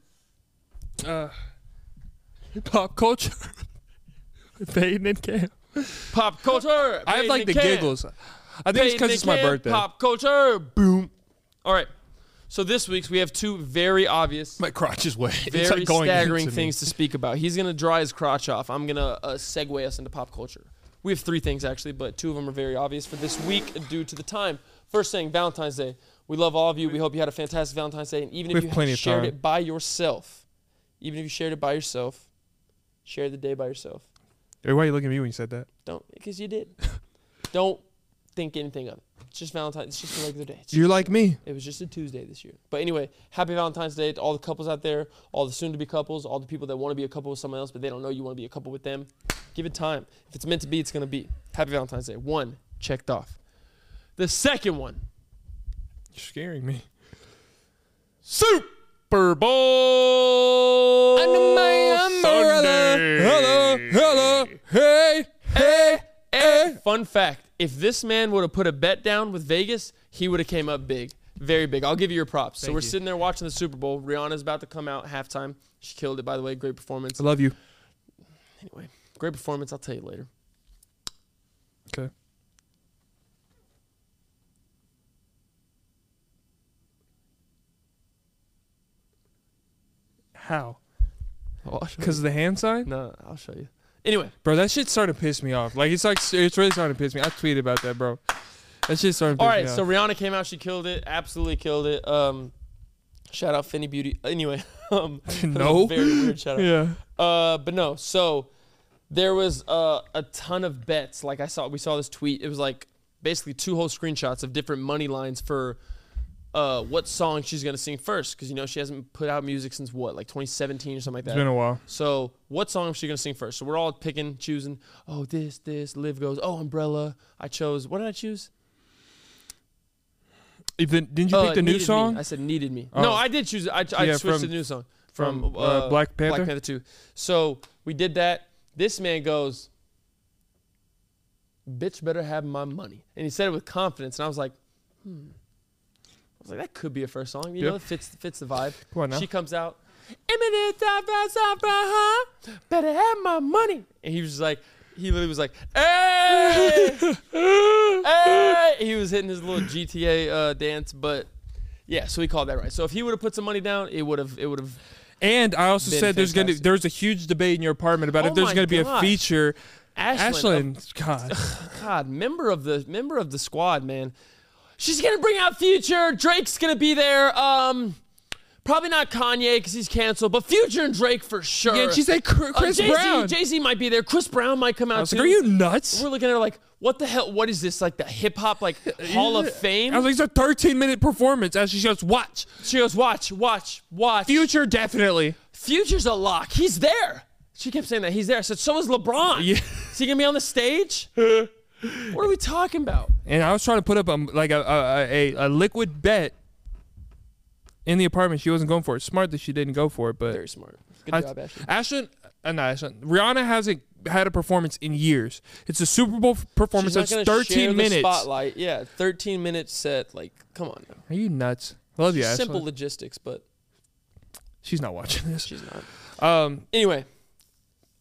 [SPEAKER 1] uh, pop culture. Peyton and Cam.
[SPEAKER 2] Pop culture.
[SPEAKER 1] I have
[SPEAKER 2] Paid
[SPEAKER 1] like
[SPEAKER 2] in
[SPEAKER 1] the
[SPEAKER 2] can.
[SPEAKER 1] giggles. I think it's
[SPEAKER 2] Paid in
[SPEAKER 1] because it's my
[SPEAKER 2] can.
[SPEAKER 1] birthday.
[SPEAKER 2] Pop culture. Boom. All right. So this week's we have two very obvious,
[SPEAKER 1] My crotch is wet.
[SPEAKER 2] very
[SPEAKER 1] it's like going
[SPEAKER 2] staggering
[SPEAKER 1] into me.
[SPEAKER 2] things to speak about. He's gonna dry his crotch off. I'm gonna uh, segue us into pop culture. We have three things actually, but two of them are very obvious for this week due to the time. First thing, Valentine's Day. We love all of you. We hope you had a fantastic Valentine's Day, and even
[SPEAKER 1] We
[SPEAKER 2] if
[SPEAKER 1] have
[SPEAKER 2] you
[SPEAKER 1] plenty of
[SPEAKER 2] shared
[SPEAKER 1] time.
[SPEAKER 2] it by yourself, even if you shared it by yourself, share the day by yourself.
[SPEAKER 1] Why are you looking at me when you said that?
[SPEAKER 2] Don't, because you did. Don't think anything of it. It's just Valentine's. It's just a regular day. It's
[SPEAKER 1] You're like me.
[SPEAKER 2] it was just a Tuesday this year. But anyway, happy Valentine's Day to all the couples out there, all the soon to be couples, all the people that want to be a couple with someone else, but they don't know you want to be a couple with them. Give it time. If it's meant to be, it's going to be. Happy Valentine's Day. One, checked off. The second one,
[SPEAKER 1] You're scaring me.
[SPEAKER 2] Super Bowl.
[SPEAKER 1] Sunday. Hello, hello, hey, hey, hey.
[SPEAKER 2] Fun fact if this man would have put a bet down with Vegas, he would have came up big. Very big. I'll give you your props. so
[SPEAKER 1] Thank
[SPEAKER 2] we're
[SPEAKER 1] you.
[SPEAKER 2] sitting there watching the Super Bowl. Rihanna's about to come out halftime. She killed it, by the way. Great performance.
[SPEAKER 1] I love you.
[SPEAKER 2] Anyway, great performance. I'll tell you later.
[SPEAKER 1] Okay. How? Because of the hand sign?
[SPEAKER 2] no, I'll show you. Anyway,
[SPEAKER 1] Bro, that shit started to piss me off. Like, it's like, it's really starting to piss me I tweeted about that, bro. That shit started to piss
[SPEAKER 2] all right.
[SPEAKER 1] me
[SPEAKER 2] So
[SPEAKER 1] off.
[SPEAKER 2] Rihanna came out. She killed it. Absolutely killed it. Um, shout out Finny Beauty. Anyway, um, that was a
[SPEAKER 1] No.
[SPEAKER 2] very weird shout out.
[SPEAKER 1] yeah.
[SPEAKER 2] Uh, but no. So there was uh, a ton of bets. Like I saw, we saw this tweet. It was like basically two whole screenshots of different money lines for uh, what song she's gonna sing first, because you know she hasn't put out music since what, like 2017 or something like that.
[SPEAKER 1] It's been a while.
[SPEAKER 2] So what song is she gonna sing first? So we're all picking, choosing. Oh, this, this. Liv goes. Oh, Umbrella. I chose. What did I choose?
[SPEAKER 1] If the, didn't you
[SPEAKER 2] Uh,
[SPEAKER 1] pick the new
[SPEAKER 2] Needed Me.
[SPEAKER 1] song?
[SPEAKER 2] I said needed me.
[SPEAKER 1] Oh.
[SPEAKER 2] No, I did choose. I, I
[SPEAKER 1] Yeah,
[SPEAKER 2] switched
[SPEAKER 1] from-
[SPEAKER 2] to the new song
[SPEAKER 1] from,
[SPEAKER 2] from,
[SPEAKER 1] uh, Black Panther?
[SPEAKER 2] Black Panther two. So we did that. This man goes, "Bitch, better have my money," and he said it with confidence, and I was like, "Hmm." I was like, "That could be a first song. You
[SPEAKER 1] Yeah.
[SPEAKER 2] know, it fits fits the vibe."
[SPEAKER 1] Come on now.
[SPEAKER 2] She comes out. "Imminent advice of the huh? Better have my money. And he was just like, he literally was like, hey, hey. He was hitting his little GTA uh, dance, but yeah, so he called that right. So if he would have put some money down, it would have, it would have.
[SPEAKER 1] and I also
[SPEAKER 2] Been
[SPEAKER 1] said there's gonna
[SPEAKER 2] fantastic.
[SPEAKER 1] there's a huge debate in your apartment about
[SPEAKER 2] Oh
[SPEAKER 1] if there's
[SPEAKER 2] my
[SPEAKER 1] gonna be a
[SPEAKER 2] gosh.
[SPEAKER 1] feature.
[SPEAKER 2] Ashlyn,
[SPEAKER 1] Ashlyn, God,
[SPEAKER 2] oh, God, member of the member of the squad, man. She's gonna bring out Future. Drake's gonna be there. Um, probably not Kanye because he's canceled, but Future and Drake for sure. Uh,
[SPEAKER 1] yeah, she said Cr- Chris
[SPEAKER 2] Oh, Jay-Z,
[SPEAKER 1] Brown.
[SPEAKER 2] Jay Z might be there. Chris Brown might come out
[SPEAKER 1] I was
[SPEAKER 2] too.
[SPEAKER 1] like, are you nuts?
[SPEAKER 2] We're looking at her like, what the hell? What is this? Like the hip hop like Hall of Fame?
[SPEAKER 1] I was like, it's a 13 minute performance. As she goes, watch.
[SPEAKER 2] she goes, watch, watch, watch.
[SPEAKER 1] Future definitely.
[SPEAKER 2] Future's a lock. He's there. She kept saying that he's there. I said, so is LeBron.
[SPEAKER 1] Yeah.
[SPEAKER 2] Is he gonna be on the stage? what are we talking about?
[SPEAKER 1] And I was trying to put up a, like a, a, a, a liquid bet in the apartment. She wasn't going for it. Smart that she didn't go for it, but
[SPEAKER 2] Very smart. Good
[SPEAKER 1] I-
[SPEAKER 2] job, Ashley.
[SPEAKER 1] Ashlyn, uh, no, Ashlyn. Rihanna hasn't had a performance in years. It's a Super Bowl f- performance
[SPEAKER 2] She's not
[SPEAKER 1] that's
[SPEAKER 2] gonna
[SPEAKER 1] 13
[SPEAKER 2] share the
[SPEAKER 1] minutes.
[SPEAKER 2] spotlight. Yeah, 13 minute set. Like, come on. Now.
[SPEAKER 1] Are you nuts? Love you, Ashlyn.
[SPEAKER 2] Simple logistics, but
[SPEAKER 1] She's not watching this.
[SPEAKER 2] she's not.
[SPEAKER 1] Um,
[SPEAKER 2] Anyway,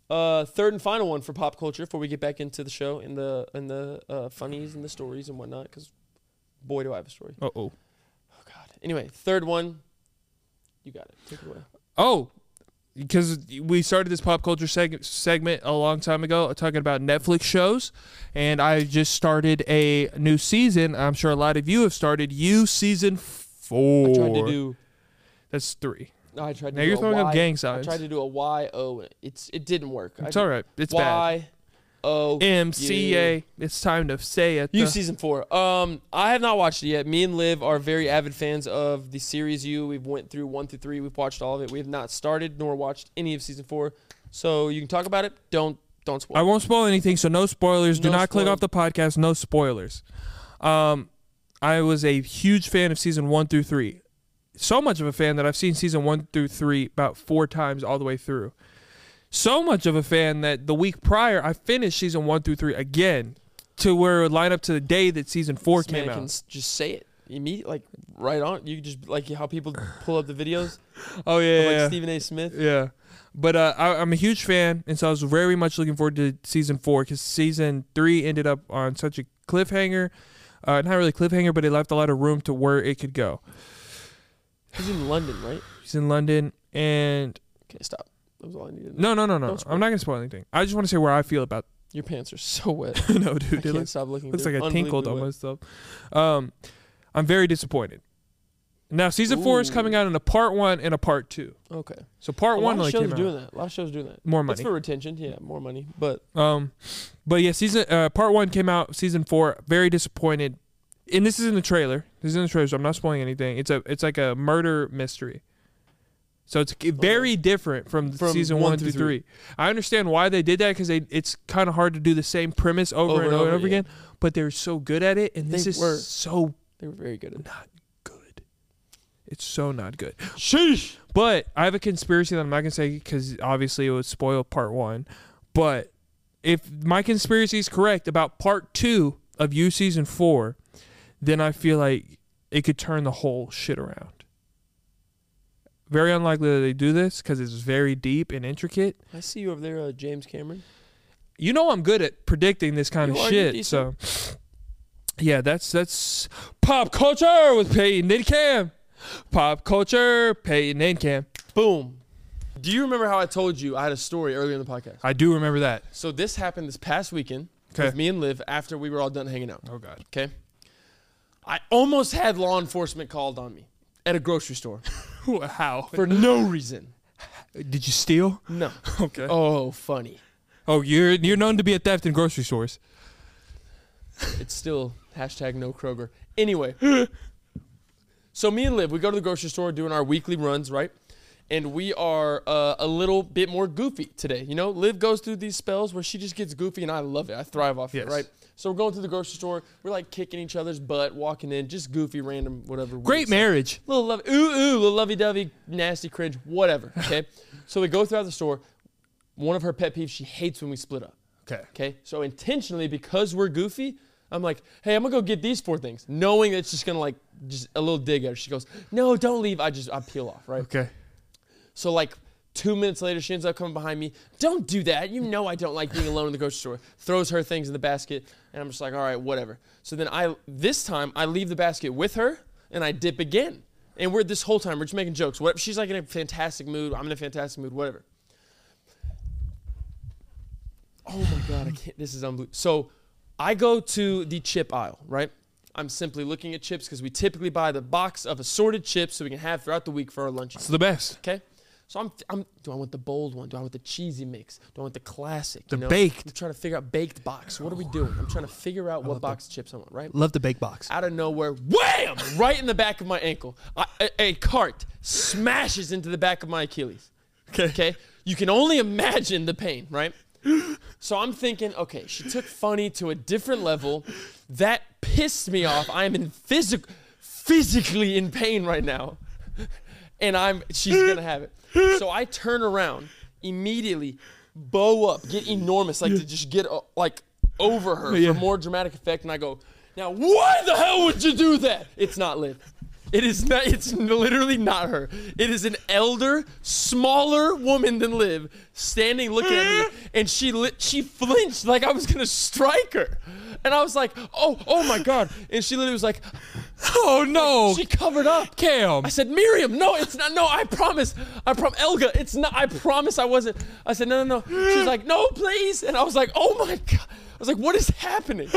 [SPEAKER 2] uh, third and final one for pop culture before we get back into the show and the and the uh, funnies and the stories and whatnot. Because boy, do I have a story.
[SPEAKER 1] uh oh.
[SPEAKER 2] Oh God. Anyway, third one. You got it. Take it away.
[SPEAKER 1] Oh, because we started this pop culture seg- segment a long time ago uh, talking about Netflix shows, and I just started a new season. I'm sure a lot of you have started. You season four.
[SPEAKER 2] I tried to do.
[SPEAKER 1] That's three.
[SPEAKER 2] No, I tried. To
[SPEAKER 1] Now
[SPEAKER 2] do
[SPEAKER 1] you're
[SPEAKER 2] a
[SPEAKER 1] throwing up
[SPEAKER 2] Y-
[SPEAKER 1] gang
[SPEAKER 2] I
[SPEAKER 1] signs.
[SPEAKER 2] tried to do a Y O. It's it didn't work.
[SPEAKER 1] It's
[SPEAKER 2] I,
[SPEAKER 1] all right. It's bad.
[SPEAKER 2] Y O
[SPEAKER 1] MCA. It's time to say it.
[SPEAKER 2] You
[SPEAKER 1] The-
[SPEAKER 2] season four. Um, I have not watched it yet. Me and Liv are very avid fans of the series. You, we've went through one through three. We've watched all of it. We have not started nor watched any of season four. So you can talk about it. Don't don't spoil.
[SPEAKER 1] I won't spoil anything, so no spoilers. Do
[SPEAKER 2] No
[SPEAKER 1] not click
[SPEAKER 2] spoil-
[SPEAKER 1] off the podcast. No spoilers. Um, I was a huge fan of season one through three. So much of a fan that I've seen season one through three about four times all the way through. So much of a fan that the week prior I finished season one through three again to where it would line up to the day that season four
[SPEAKER 2] This man
[SPEAKER 1] came
[SPEAKER 2] can
[SPEAKER 1] out.
[SPEAKER 2] s- just say it immediately, like right on. You just like how people pull up the videos
[SPEAKER 1] Oh
[SPEAKER 2] of
[SPEAKER 1] yeah,
[SPEAKER 2] like
[SPEAKER 1] yeah.
[SPEAKER 2] Stephen A. Smith.
[SPEAKER 1] Yeah. But uh, I, I'm a huge fan, and so I was very much looking forward to season four because season three ended up on such a cliffhanger. Uh, not really cliffhanger, but it left a lot of room to where it could go.
[SPEAKER 2] He's in London, right?
[SPEAKER 1] He's in London, and
[SPEAKER 2] Okay, stop. That was all I needed.
[SPEAKER 1] no, no, no, no.
[SPEAKER 2] Don't spoil.
[SPEAKER 1] I'm not gonna spoil anything. I just want to say where I feel about.
[SPEAKER 2] Your pants are so wet.
[SPEAKER 1] no, dude,
[SPEAKER 2] I
[SPEAKER 1] it
[SPEAKER 2] can't
[SPEAKER 1] looks,
[SPEAKER 2] stop looking.
[SPEAKER 1] looks
[SPEAKER 2] They're
[SPEAKER 1] like I tinkled
[SPEAKER 2] unbelievably
[SPEAKER 1] on
[SPEAKER 2] wet.
[SPEAKER 1] myself. Um, I'm very disappointed. Now, season four is coming
[SPEAKER 2] Ooh.
[SPEAKER 1] out in a part one and a part two.
[SPEAKER 2] Okay.
[SPEAKER 1] So part
[SPEAKER 2] a lot
[SPEAKER 1] one
[SPEAKER 2] of
[SPEAKER 1] like
[SPEAKER 2] shows
[SPEAKER 1] came
[SPEAKER 2] are
[SPEAKER 1] out.
[SPEAKER 2] doing that. A lot of shows are doing that.
[SPEAKER 1] more
[SPEAKER 2] That's
[SPEAKER 1] money.
[SPEAKER 2] for retention. Yeah, more money. But
[SPEAKER 1] Um, but yeah, season uh, part one came out. Season four, very disappointed. And this is in the trailer. This is in the trailer, so I'm not spoiling anything. It's a it's like a murder mystery. So it's very different from,
[SPEAKER 2] From
[SPEAKER 1] season one, through three. I understand why they did that because they it's kind of hard to do the same premise over, and over and over
[SPEAKER 2] yeah.
[SPEAKER 1] again. But they're so good at it, and this
[SPEAKER 2] They
[SPEAKER 1] is
[SPEAKER 2] were.
[SPEAKER 1] so
[SPEAKER 2] They were very good at it.
[SPEAKER 1] not good. It's so not good.
[SPEAKER 2] Sheesh.
[SPEAKER 1] But I have a conspiracy that I'm not gonna say because obviously it would spoil part one. But if my conspiracy is correct about part two of you season four, then I feel like it could turn the whole shit around. Very unlikely that they do this because it's very deep and intricate.
[SPEAKER 2] I see you over there, uh, James Cameron.
[SPEAKER 1] You know I'm good at predicting this kind
[SPEAKER 2] You
[SPEAKER 1] of
[SPEAKER 2] are, you're
[SPEAKER 1] shit, so yeah, that's that's pop culture with Peyton and Cam. Pop culture, Peyton and Cam.
[SPEAKER 2] Boom. Do you remember how I told you I had a story earlier in the podcast?
[SPEAKER 1] I do remember that.
[SPEAKER 2] So this happened this past weekend
[SPEAKER 1] Okay.
[SPEAKER 2] with me and Liv after we were all done hanging out.
[SPEAKER 1] Oh god.
[SPEAKER 2] Okay. I almost had law enforcement called on me at a grocery store
[SPEAKER 1] How?
[SPEAKER 2] for no reason.
[SPEAKER 1] Did you steal?
[SPEAKER 2] No.
[SPEAKER 1] Okay. Oh,
[SPEAKER 2] Oh, funny.
[SPEAKER 1] you're you're known to be a theft in grocery stores.
[SPEAKER 2] It's still hashtag no Kroger. Anyway, So me and Liv, we go to the grocery store doing our weekly runs, right? And we are uh, a little bit more goofy today. You know, Liv goes through these spells where she just gets goofy, and I love it. I thrive off
[SPEAKER 1] Yes.
[SPEAKER 2] it, right? So we're going through the grocery store. We're like kicking each other's butt, walking in, just goofy, random, whatever. weird
[SPEAKER 1] Great
[SPEAKER 2] stuff
[SPEAKER 1] marriage.
[SPEAKER 2] little love, ooh ooh, little lovey dovey, nasty cringe, whatever. Okay, so we go throughout the store. One of her pet peeves, she hates when we split up.
[SPEAKER 1] Okay.
[SPEAKER 2] Okay, so intentionally because we're goofy, I'm like, hey, I'm gonna go get these four things, knowing that it's just gonna like just a little dig at her. She goes, no, don't leave. I just I peel off, right?
[SPEAKER 1] Okay.
[SPEAKER 2] So like two minutes later, she ends up coming behind me. Don't do that. You know I don't like being alone in the grocery store. Throws her things in the basket, and I'm just like, all right, whatever. So then I this time I leave the basket with her, and I dip again. And we're this whole time we're just making jokes. Whatever. She's like in a fantastic mood. I'm in a fantastic mood. Whatever. Oh my god, I can't. This is unbelievable. So I go to the chip aisle, right? I'm simply looking at chips because we typically buy the box of assorted chips so we can have throughout the week for our lunches.
[SPEAKER 1] It's the best.
[SPEAKER 2] Okay. So I'm, I'm. Do I want the bold one? Do I want the cheesy mix? Do I want the classic?
[SPEAKER 4] The
[SPEAKER 2] you know?
[SPEAKER 4] baked.
[SPEAKER 2] I'm trying to figure out baked box. What are we doing? I'm trying to figure out what box of chips I want. Right.
[SPEAKER 4] Love the bake box.
[SPEAKER 2] Out of nowhere, wham! Right in the back of my ankle. I, a, a cart smashes into the back of my Achilles.
[SPEAKER 1] Okay.
[SPEAKER 2] Okay. You can only imagine the pain, right? So I'm thinking, okay, she took funny to a different level. That pissed me off. I am in physic- physically in pain right now. And I'm she's gonna have it. So I turn around immediately, bow up, get enormous, like to just get uh, like over her
[SPEAKER 1] Yeah.
[SPEAKER 2] for more dramatic effect, and I go, now why the hell would you do that? It's not Liv. It is not it's literally not her. It is an elder, smaller woman than Liv standing looking at me and she lit, she flinched like I was gonna strike her. And I was like, oh, oh my god. And she literally was like,
[SPEAKER 1] Oh no.
[SPEAKER 2] she covered up.
[SPEAKER 1] Cam.
[SPEAKER 2] I said, Miriam, no, it's not. No, I promise. I prom Elga, it's not. I promise I wasn't. I said, no, no, no. She's like, no, please. And I was like, oh my God. I was like, what is happening?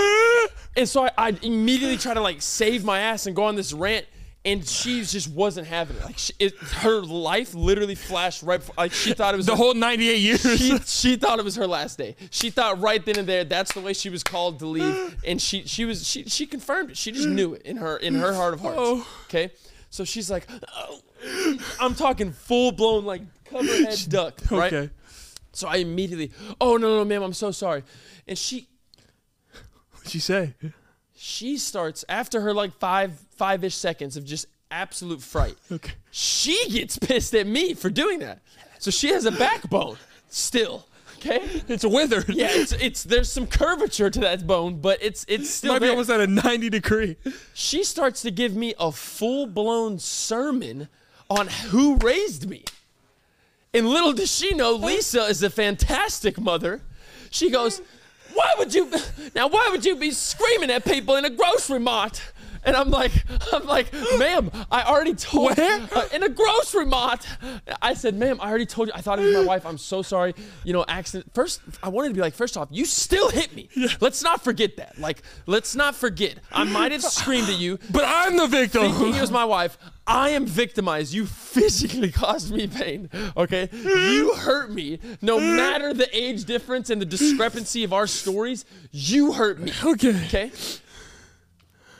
[SPEAKER 2] And so I, I immediately try to like save my ass and go on this rant. And she just wasn't having it. Like she, it, her life literally flashed right. Before, like she thought it was
[SPEAKER 1] The
[SPEAKER 2] her-
[SPEAKER 1] whole 98 years.
[SPEAKER 2] she, she thought it was her last day. She thought right then and there that's the way she was called to leave, and she she was she she confirmed it. She just knew it in her in her heart of hearts.
[SPEAKER 1] Oh.
[SPEAKER 2] Okay, so she's like, oh. I'm talking full blown like cover head duck, right?
[SPEAKER 1] Okay.
[SPEAKER 2] So I immediately, oh no no ma'am, I'm so sorry, and she
[SPEAKER 1] What'd you say?
[SPEAKER 2] she starts after her like five five ish seconds of just absolute fright.
[SPEAKER 1] Okay.
[SPEAKER 2] She gets pissed at me for doing that, so she has a backbone still. Okay.
[SPEAKER 1] It's withered.
[SPEAKER 2] Yeah, it's it's there's some curvature to that bone, but it's it's still
[SPEAKER 1] Might be
[SPEAKER 2] there.
[SPEAKER 1] almost at a 90 degree.
[SPEAKER 2] she starts to give me a full blown sermon on who raised me. And little does she know, Lisa is a fantastic mother. She goes, Why would you now why would you be screaming at people in a grocery mart? And I'm like, I'm like, ma'am, I already told
[SPEAKER 1] Where?
[SPEAKER 2] uh, in a grocery mart. I said, ma'am, I already told you. I thought it was my wife. I'm so sorry. You know, accident. First, I wanted to be like, first off, you still hit me. Let's not forget that. Like, let's not forget. I might have screamed at you
[SPEAKER 1] But I'm the victim.
[SPEAKER 2] thinking it was my wife. I am victimized. You physically caused me pain. Okay? You hurt me. No matter the age difference and the discrepancy of our stories, you hurt me.
[SPEAKER 1] Okay.
[SPEAKER 2] Okay?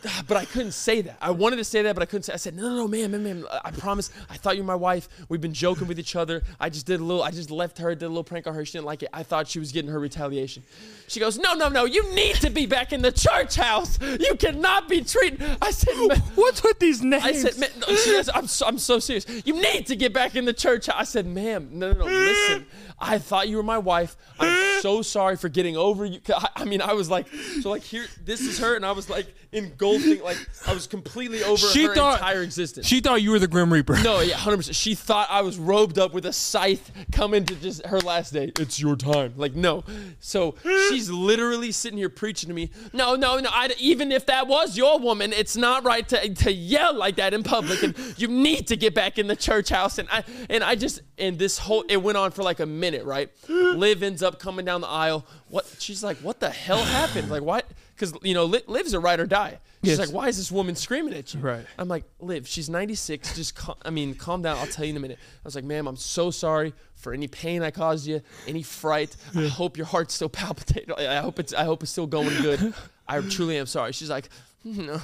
[SPEAKER 2] Ah, But I couldn't say that. I wanted to say that, but I couldn't say. I said, "No, no, no, man, man, man. I promise. I thought you were my wife. We've been joking with each other. I just did a little. I just left her, did a little prank on her. She didn't like it. I thought she was getting her retaliation." She goes, "No, no, no. You need to be back in the church house. You cannot be treated." I said, "Ma-
[SPEAKER 1] What's with these names?
[SPEAKER 2] I said, "Ma- no, she goes, I'm, so, I'm so serious. You need to get back in the church. I said, ma'am, no, no, no, listen. I thought you were my wife. I'm so sorry for getting over you. I, I mean, I was like, so like here, this is her, and I was like engulfing, like I was completely over
[SPEAKER 1] She
[SPEAKER 2] her
[SPEAKER 1] thought-
[SPEAKER 2] entire existence.
[SPEAKER 1] she thought you were the Grim Reaper.
[SPEAKER 2] no, yeah, hundred percent. She thought I was robed up with a scythe coming to just her last day. It's your time. Like no, so she's literally sitting here preaching to me. No, no, no. I, even if that was your woman, it's not right to to yell like that in public. And you need to get back in the church house. And I and I just and this whole it went on for like a minute, right? Liv ends up coming down the aisle. What she's like? What the hell happened? Like what? Because you know, Li- Liv's a ride or die. She's
[SPEAKER 1] Yes.
[SPEAKER 2] like, why is this woman screaming at you?
[SPEAKER 1] Right.
[SPEAKER 2] I'm like, Liv, she's 96. Just, cal- I mean, calm down. I'll tell you in a minute. I was like, ma'am, I'm so sorry for any pain I caused you, any fright. I hope your heart's still palpitating. I I hope it's, I hope it's still going "Hmm, good. I truly am sorry. She's like, no,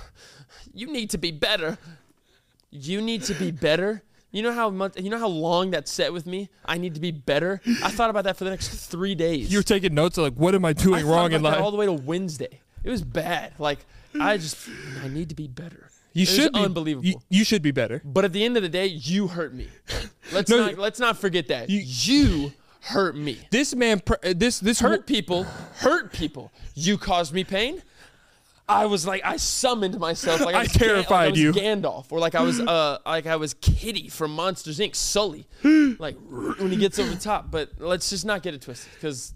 [SPEAKER 2] you need to be better. you need to be better. You know how much, you know how long that set with me. I need to be better. I thought about that for the next three days.
[SPEAKER 1] You were taking notes of like, what am I
[SPEAKER 2] I
[SPEAKER 1] doing
[SPEAKER 2] thought
[SPEAKER 1] wrong
[SPEAKER 2] about
[SPEAKER 1] in
[SPEAKER 2] that
[SPEAKER 1] life?
[SPEAKER 2] all the way to Wednesday. It was bad. Like I just, I need to be better.
[SPEAKER 1] you
[SPEAKER 2] It was
[SPEAKER 1] should be
[SPEAKER 2] unbelievable.
[SPEAKER 1] You, you should be better.
[SPEAKER 2] But at the end of the day, you hurt me. Let's
[SPEAKER 1] No,
[SPEAKER 2] not
[SPEAKER 1] you-
[SPEAKER 2] let's not forget that
[SPEAKER 1] you-
[SPEAKER 2] you, hurt me.
[SPEAKER 1] This man, pr- uh, this this
[SPEAKER 2] Hurt people, hurt people. You caused me pain. I was like I summoned myself like
[SPEAKER 1] I
[SPEAKER 2] I, was Gan- like
[SPEAKER 1] terrified
[SPEAKER 2] I was
[SPEAKER 1] you.
[SPEAKER 2] Gandalf, or like I was uh like I was Kitty from Monsters Inc. Sully, like when he gets over the top. But let's just not get it twisted because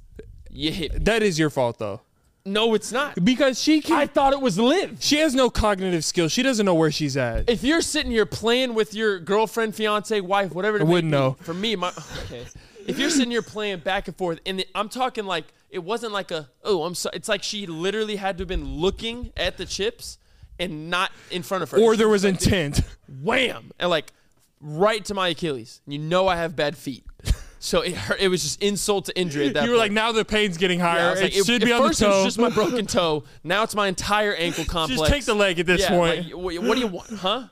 [SPEAKER 2] you hit. Me.
[SPEAKER 1] that is your fault though,
[SPEAKER 2] No, it's not.
[SPEAKER 1] because she can.
[SPEAKER 2] I thought it was live.
[SPEAKER 1] she has no cognitive skills. She doesn't know where she's at.
[SPEAKER 2] if you're sitting here playing with your girlfriend, fiance, wife, whatever, it may
[SPEAKER 1] wouldn't
[SPEAKER 2] be,
[SPEAKER 1] know.
[SPEAKER 2] For me, my okay. If you're sitting here playing back and forth, and the, I'm talking like it wasn't like a oh I'm so it's like she literally had to have been looking at the chips and not in front of her.
[SPEAKER 1] or there
[SPEAKER 2] She
[SPEAKER 1] was
[SPEAKER 2] like this,
[SPEAKER 1] intent.
[SPEAKER 2] wham and like right to my Achilles. You know I have bad feet, so it hurt, it was just insult to injury at that.
[SPEAKER 1] You were
[SPEAKER 2] point.
[SPEAKER 1] like, now the pain's getting
[SPEAKER 2] Yeah, I
[SPEAKER 1] higher.
[SPEAKER 2] was
[SPEAKER 1] it,
[SPEAKER 2] like,
[SPEAKER 1] should be
[SPEAKER 2] at
[SPEAKER 1] on the
[SPEAKER 2] first
[SPEAKER 1] toe.
[SPEAKER 2] it was just my broken toe. Now it's my entire ankle complex.
[SPEAKER 1] take the leg at this
[SPEAKER 2] Yeah,
[SPEAKER 1] point.
[SPEAKER 2] like, wh- what do you want, huh?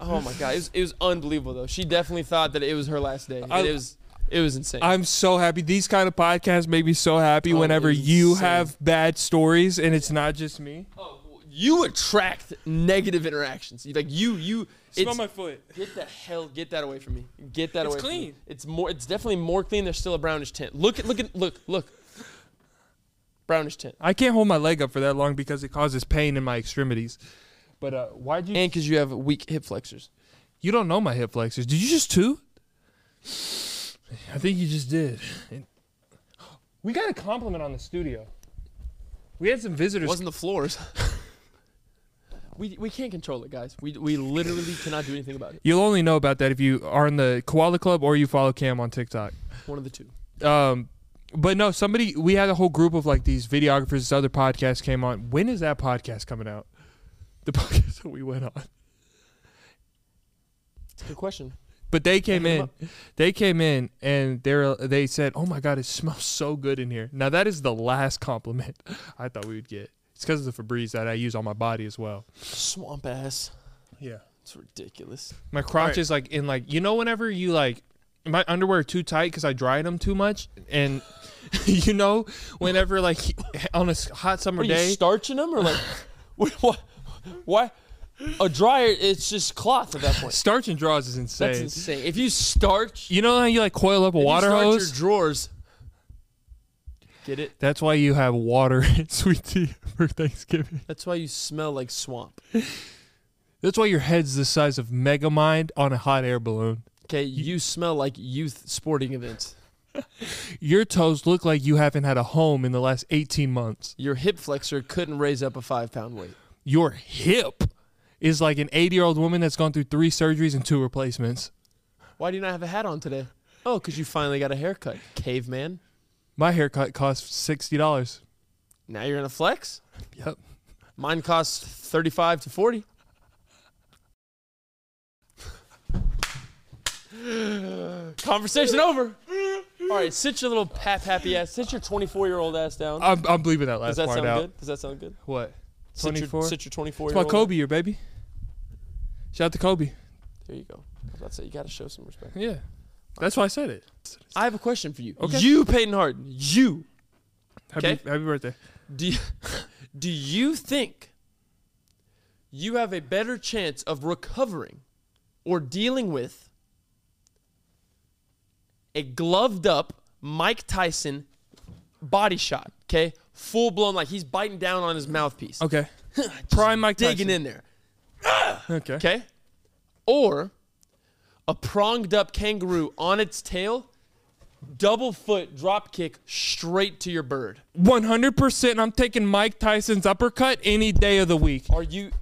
[SPEAKER 2] Oh my god, it was, it was unbelievable though. She definitely thought that it was her last day.
[SPEAKER 1] I-
[SPEAKER 2] it was it was insane.
[SPEAKER 1] I'm so happy. These kind of podcasts make me so happy
[SPEAKER 2] Oh,
[SPEAKER 1] whenever
[SPEAKER 2] it's
[SPEAKER 1] you
[SPEAKER 2] insane.
[SPEAKER 1] have bad stories and it's not just me.
[SPEAKER 2] oh, you attract negative interactions. You- Like you you it's,
[SPEAKER 1] foot.
[SPEAKER 2] get the hell get that away from me. Get that
[SPEAKER 1] It's
[SPEAKER 2] away. from me.
[SPEAKER 1] clean.
[SPEAKER 2] It's more it's definitely more clean. There's still a brownish tint. Look at look at look look. Brownish tint.
[SPEAKER 1] I can't hold my leg up for that long because it causes pain in my extremities. But uh, why'd you?
[SPEAKER 2] And because you have weak hip flexors.
[SPEAKER 1] you don't know my hip flexors. Did you just toot? I think you just did. And- we got a compliment on the studio. We had some visitors.
[SPEAKER 2] It wasn't the floors. we we can't control it, guys. We we literally cannot do anything about it.
[SPEAKER 1] You'll only know about that if you are in the Koala Club or you follow Cam on TikTok.
[SPEAKER 2] One of the two.
[SPEAKER 1] Um, but no, somebody we had a whole group of like these videographers. This other podcast came on. When is that podcast coming out? The podcast that we went on.
[SPEAKER 2] It's a good question.
[SPEAKER 1] But they came
[SPEAKER 2] hit 'em
[SPEAKER 1] in, they came in, and they are they said, "Oh my god, it smells so good in here." Now that is the last compliment I thought we would get. It's because of the Febreze that I use on my body as well.
[SPEAKER 2] Swamp ass.
[SPEAKER 1] Yeah,
[SPEAKER 2] It's ridiculous.
[SPEAKER 1] my crotch
[SPEAKER 2] Alright.
[SPEAKER 1] is like in like you know whenever you like my underwear are too tight because I dried them too much, and you know whenever like on a s- hot summer
[SPEAKER 2] Are you
[SPEAKER 1] day,
[SPEAKER 2] starching them or like what? what why? A dryer. It's just cloth at that point.
[SPEAKER 1] Starch and draws is insane.
[SPEAKER 2] That's insane. If you starch,
[SPEAKER 1] You know how you like coil up a
[SPEAKER 2] if you
[SPEAKER 1] water
[SPEAKER 2] starch
[SPEAKER 1] hose?
[SPEAKER 2] your drawers. Get it?
[SPEAKER 1] That's why you have water and sweet tea for Thanksgiving.
[SPEAKER 2] That's why you smell like swamp.
[SPEAKER 1] That's why your head's the size of Megamind on a hot air balloon.
[SPEAKER 2] Okay, you smell like youth sporting events.
[SPEAKER 1] Your toes look like you haven't had a home in the last 18 months.
[SPEAKER 2] Your hip flexor couldn't raise up a five pound weight.
[SPEAKER 1] Your hip is like an 80 year old woman that's gone through three surgeries and two replacements.
[SPEAKER 2] Why do you not have a hat on today? Oh, because you finally got a haircut, caveman.
[SPEAKER 1] My haircut costs $60.
[SPEAKER 2] Now you're gonna flex.
[SPEAKER 1] Yep.
[SPEAKER 2] Mine costs thirty-five to forty. Conversation over. All right, sit your little pap happy ass. Sit your twenty-four-year-old ass down.
[SPEAKER 1] I'm, I'm leaving that last
[SPEAKER 2] Does that
[SPEAKER 1] part
[SPEAKER 2] sound
[SPEAKER 1] out.
[SPEAKER 2] good? Does that sound good?
[SPEAKER 1] What?
[SPEAKER 2] Sit your-
[SPEAKER 1] 24?
[SPEAKER 2] Sit your
[SPEAKER 1] It's my
[SPEAKER 2] twenty-four-year-old.
[SPEAKER 1] Kobe year, baby. Shout out to Kobe.
[SPEAKER 2] There you go. That's it. You gotta show some respect.
[SPEAKER 1] Yeah. That's why I said it.
[SPEAKER 2] I have a question for you.
[SPEAKER 1] Okay.
[SPEAKER 2] You, Peyton Harden. You.
[SPEAKER 1] Happy,
[SPEAKER 2] Okay.
[SPEAKER 1] happy birthday.
[SPEAKER 2] Do you, do you think you have a better chance of recovering or dealing with a gloved up Mike Tyson body shot? Okay, full blown, like he's biting down on his mouthpiece,
[SPEAKER 1] Okay. Prime Mike
[SPEAKER 2] digging
[SPEAKER 1] Tyson.
[SPEAKER 2] in there.
[SPEAKER 1] Okay.
[SPEAKER 2] Okay, or a pronged up kangaroo on its tail, double foot drop kick straight to your bird.
[SPEAKER 1] 100% I'm taking Mike Tyson's uppercut any day of the week.
[SPEAKER 2] Are you?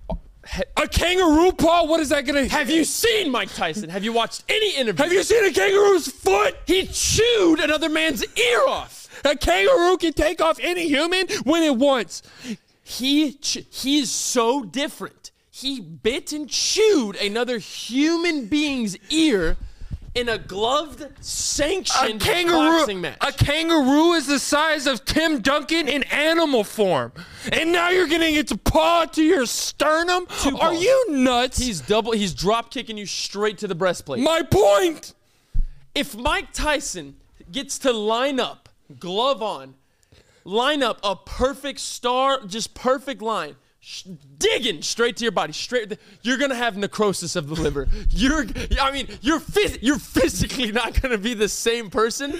[SPEAKER 2] ha-
[SPEAKER 1] A kangaroo paw? What is that going to
[SPEAKER 2] Have you seen Mike Tyson? Have you watched any interview?
[SPEAKER 1] Have you seen a kangaroo's foot?
[SPEAKER 2] He chewed another man's ear off.
[SPEAKER 1] A kangaroo can take off any human when it wants.
[SPEAKER 2] He ch- he is so different. He bit and chewed another human being's ear in a gloved,
[SPEAKER 1] A
[SPEAKER 2] sanctioned
[SPEAKER 1] kangaroo,
[SPEAKER 2] boxing match.
[SPEAKER 1] a kangaroo is the size of Tim Duncan in animal form, and now you're getting its paw to your sternum. Are
[SPEAKER 2] paws.
[SPEAKER 1] you nuts?
[SPEAKER 2] he's double. He's drop kicking you straight to the breastplate.
[SPEAKER 1] My point.
[SPEAKER 2] if Mike Tyson gets to line up, glove on, line up a perfect star, just perfect line, sh- digging straight to your body, straight, you're gonna have necrosis of the liver. You're, I mean, you're phys- you're physically not gonna be the same person.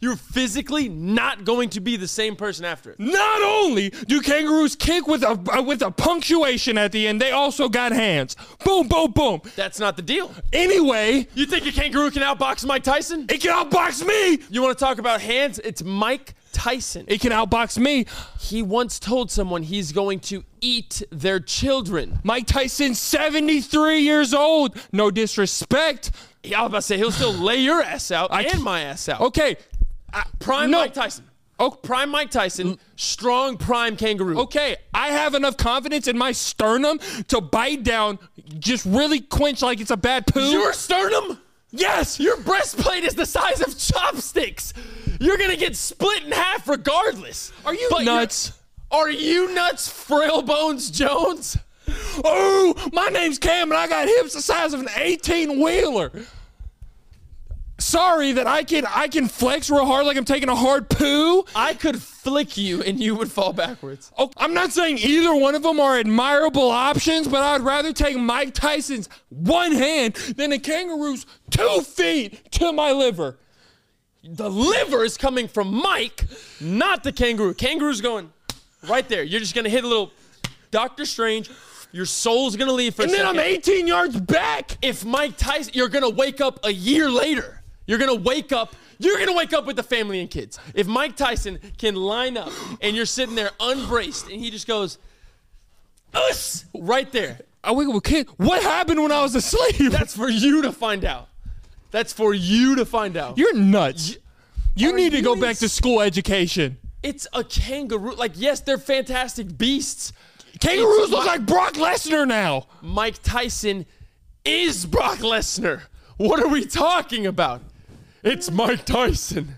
[SPEAKER 2] You're physically not going to be the same person after it.
[SPEAKER 1] Not only do kangaroos kick with a uh, with a punctuation at the end, they also got hands. Boom, boom, boom.
[SPEAKER 2] That's not the deal.
[SPEAKER 1] Anyway,
[SPEAKER 2] You think a kangaroo can outbox Mike Tyson?
[SPEAKER 1] it can outbox me.
[SPEAKER 2] You want to talk about hands? It's Mike Tyson.
[SPEAKER 1] It can outbox me.
[SPEAKER 2] He once told someone he's going to eat their children.
[SPEAKER 1] Mike Tyson, 73 years old. No disrespect.
[SPEAKER 2] Yeah, I was about to say he'll still lay your ass out
[SPEAKER 1] I
[SPEAKER 2] and
[SPEAKER 1] can't-
[SPEAKER 2] my ass out.
[SPEAKER 1] Okay.
[SPEAKER 2] prime
[SPEAKER 1] no.
[SPEAKER 2] Mike Tyson.
[SPEAKER 1] Oh,
[SPEAKER 2] Prime Mike Tyson, strong prime kangaroo.
[SPEAKER 1] okay, I have enough confidence in my sternum to bite down, just really quench like it's a bad poo.
[SPEAKER 2] Your sternum,
[SPEAKER 1] yes,
[SPEAKER 2] your breastplate is the size of chopsticks. You're gonna get split in half regardless. Are you
[SPEAKER 1] nuts.
[SPEAKER 2] Are you nuts, Frail Bones Jones?
[SPEAKER 1] Oh, my name's Cam and I got hips the size of an 18 wheeler. Sorry that I can I can flex real hard like I'm taking a hard poo.
[SPEAKER 2] I could flick you and you would fall backwards.
[SPEAKER 1] Oh, I'm not saying either one of them are admirable options, but I'd rather take Mike Tyson's one hand than a kangaroo's two feet to my liver.
[SPEAKER 2] The liver is coming from Mike, not the kangaroo. Kangaroo's going right there. You're just gonna hit a little Doctor Strange. Your soul's gonna leave for
[SPEAKER 1] And
[SPEAKER 2] a
[SPEAKER 1] then I'm
[SPEAKER 2] second.
[SPEAKER 1] 18 yards back.
[SPEAKER 2] if Mike Tyson, you're gonna wake up a year later. You're gonna wake up. You're gonna wake up with the family and kids. If Mike Tyson can line up and you're sitting there unbraced and he just goes, us right there.
[SPEAKER 1] I wake up with kid. What happened when I was asleep?
[SPEAKER 2] That's for you to find out. That's for you to find out.
[SPEAKER 1] You're nuts. You
[SPEAKER 2] Are
[SPEAKER 1] need to
[SPEAKER 2] you
[SPEAKER 1] go
[SPEAKER 2] ins-
[SPEAKER 1] back to school education.
[SPEAKER 2] it's a kangaroo. Like yes, they're fantastic beasts.
[SPEAKER 1] Kangaroos look like Brock Lesnar now.
[SPEAKER 2] Mike Tyson is Brock Lesnar. What are we talking about? It's Mike Tyson.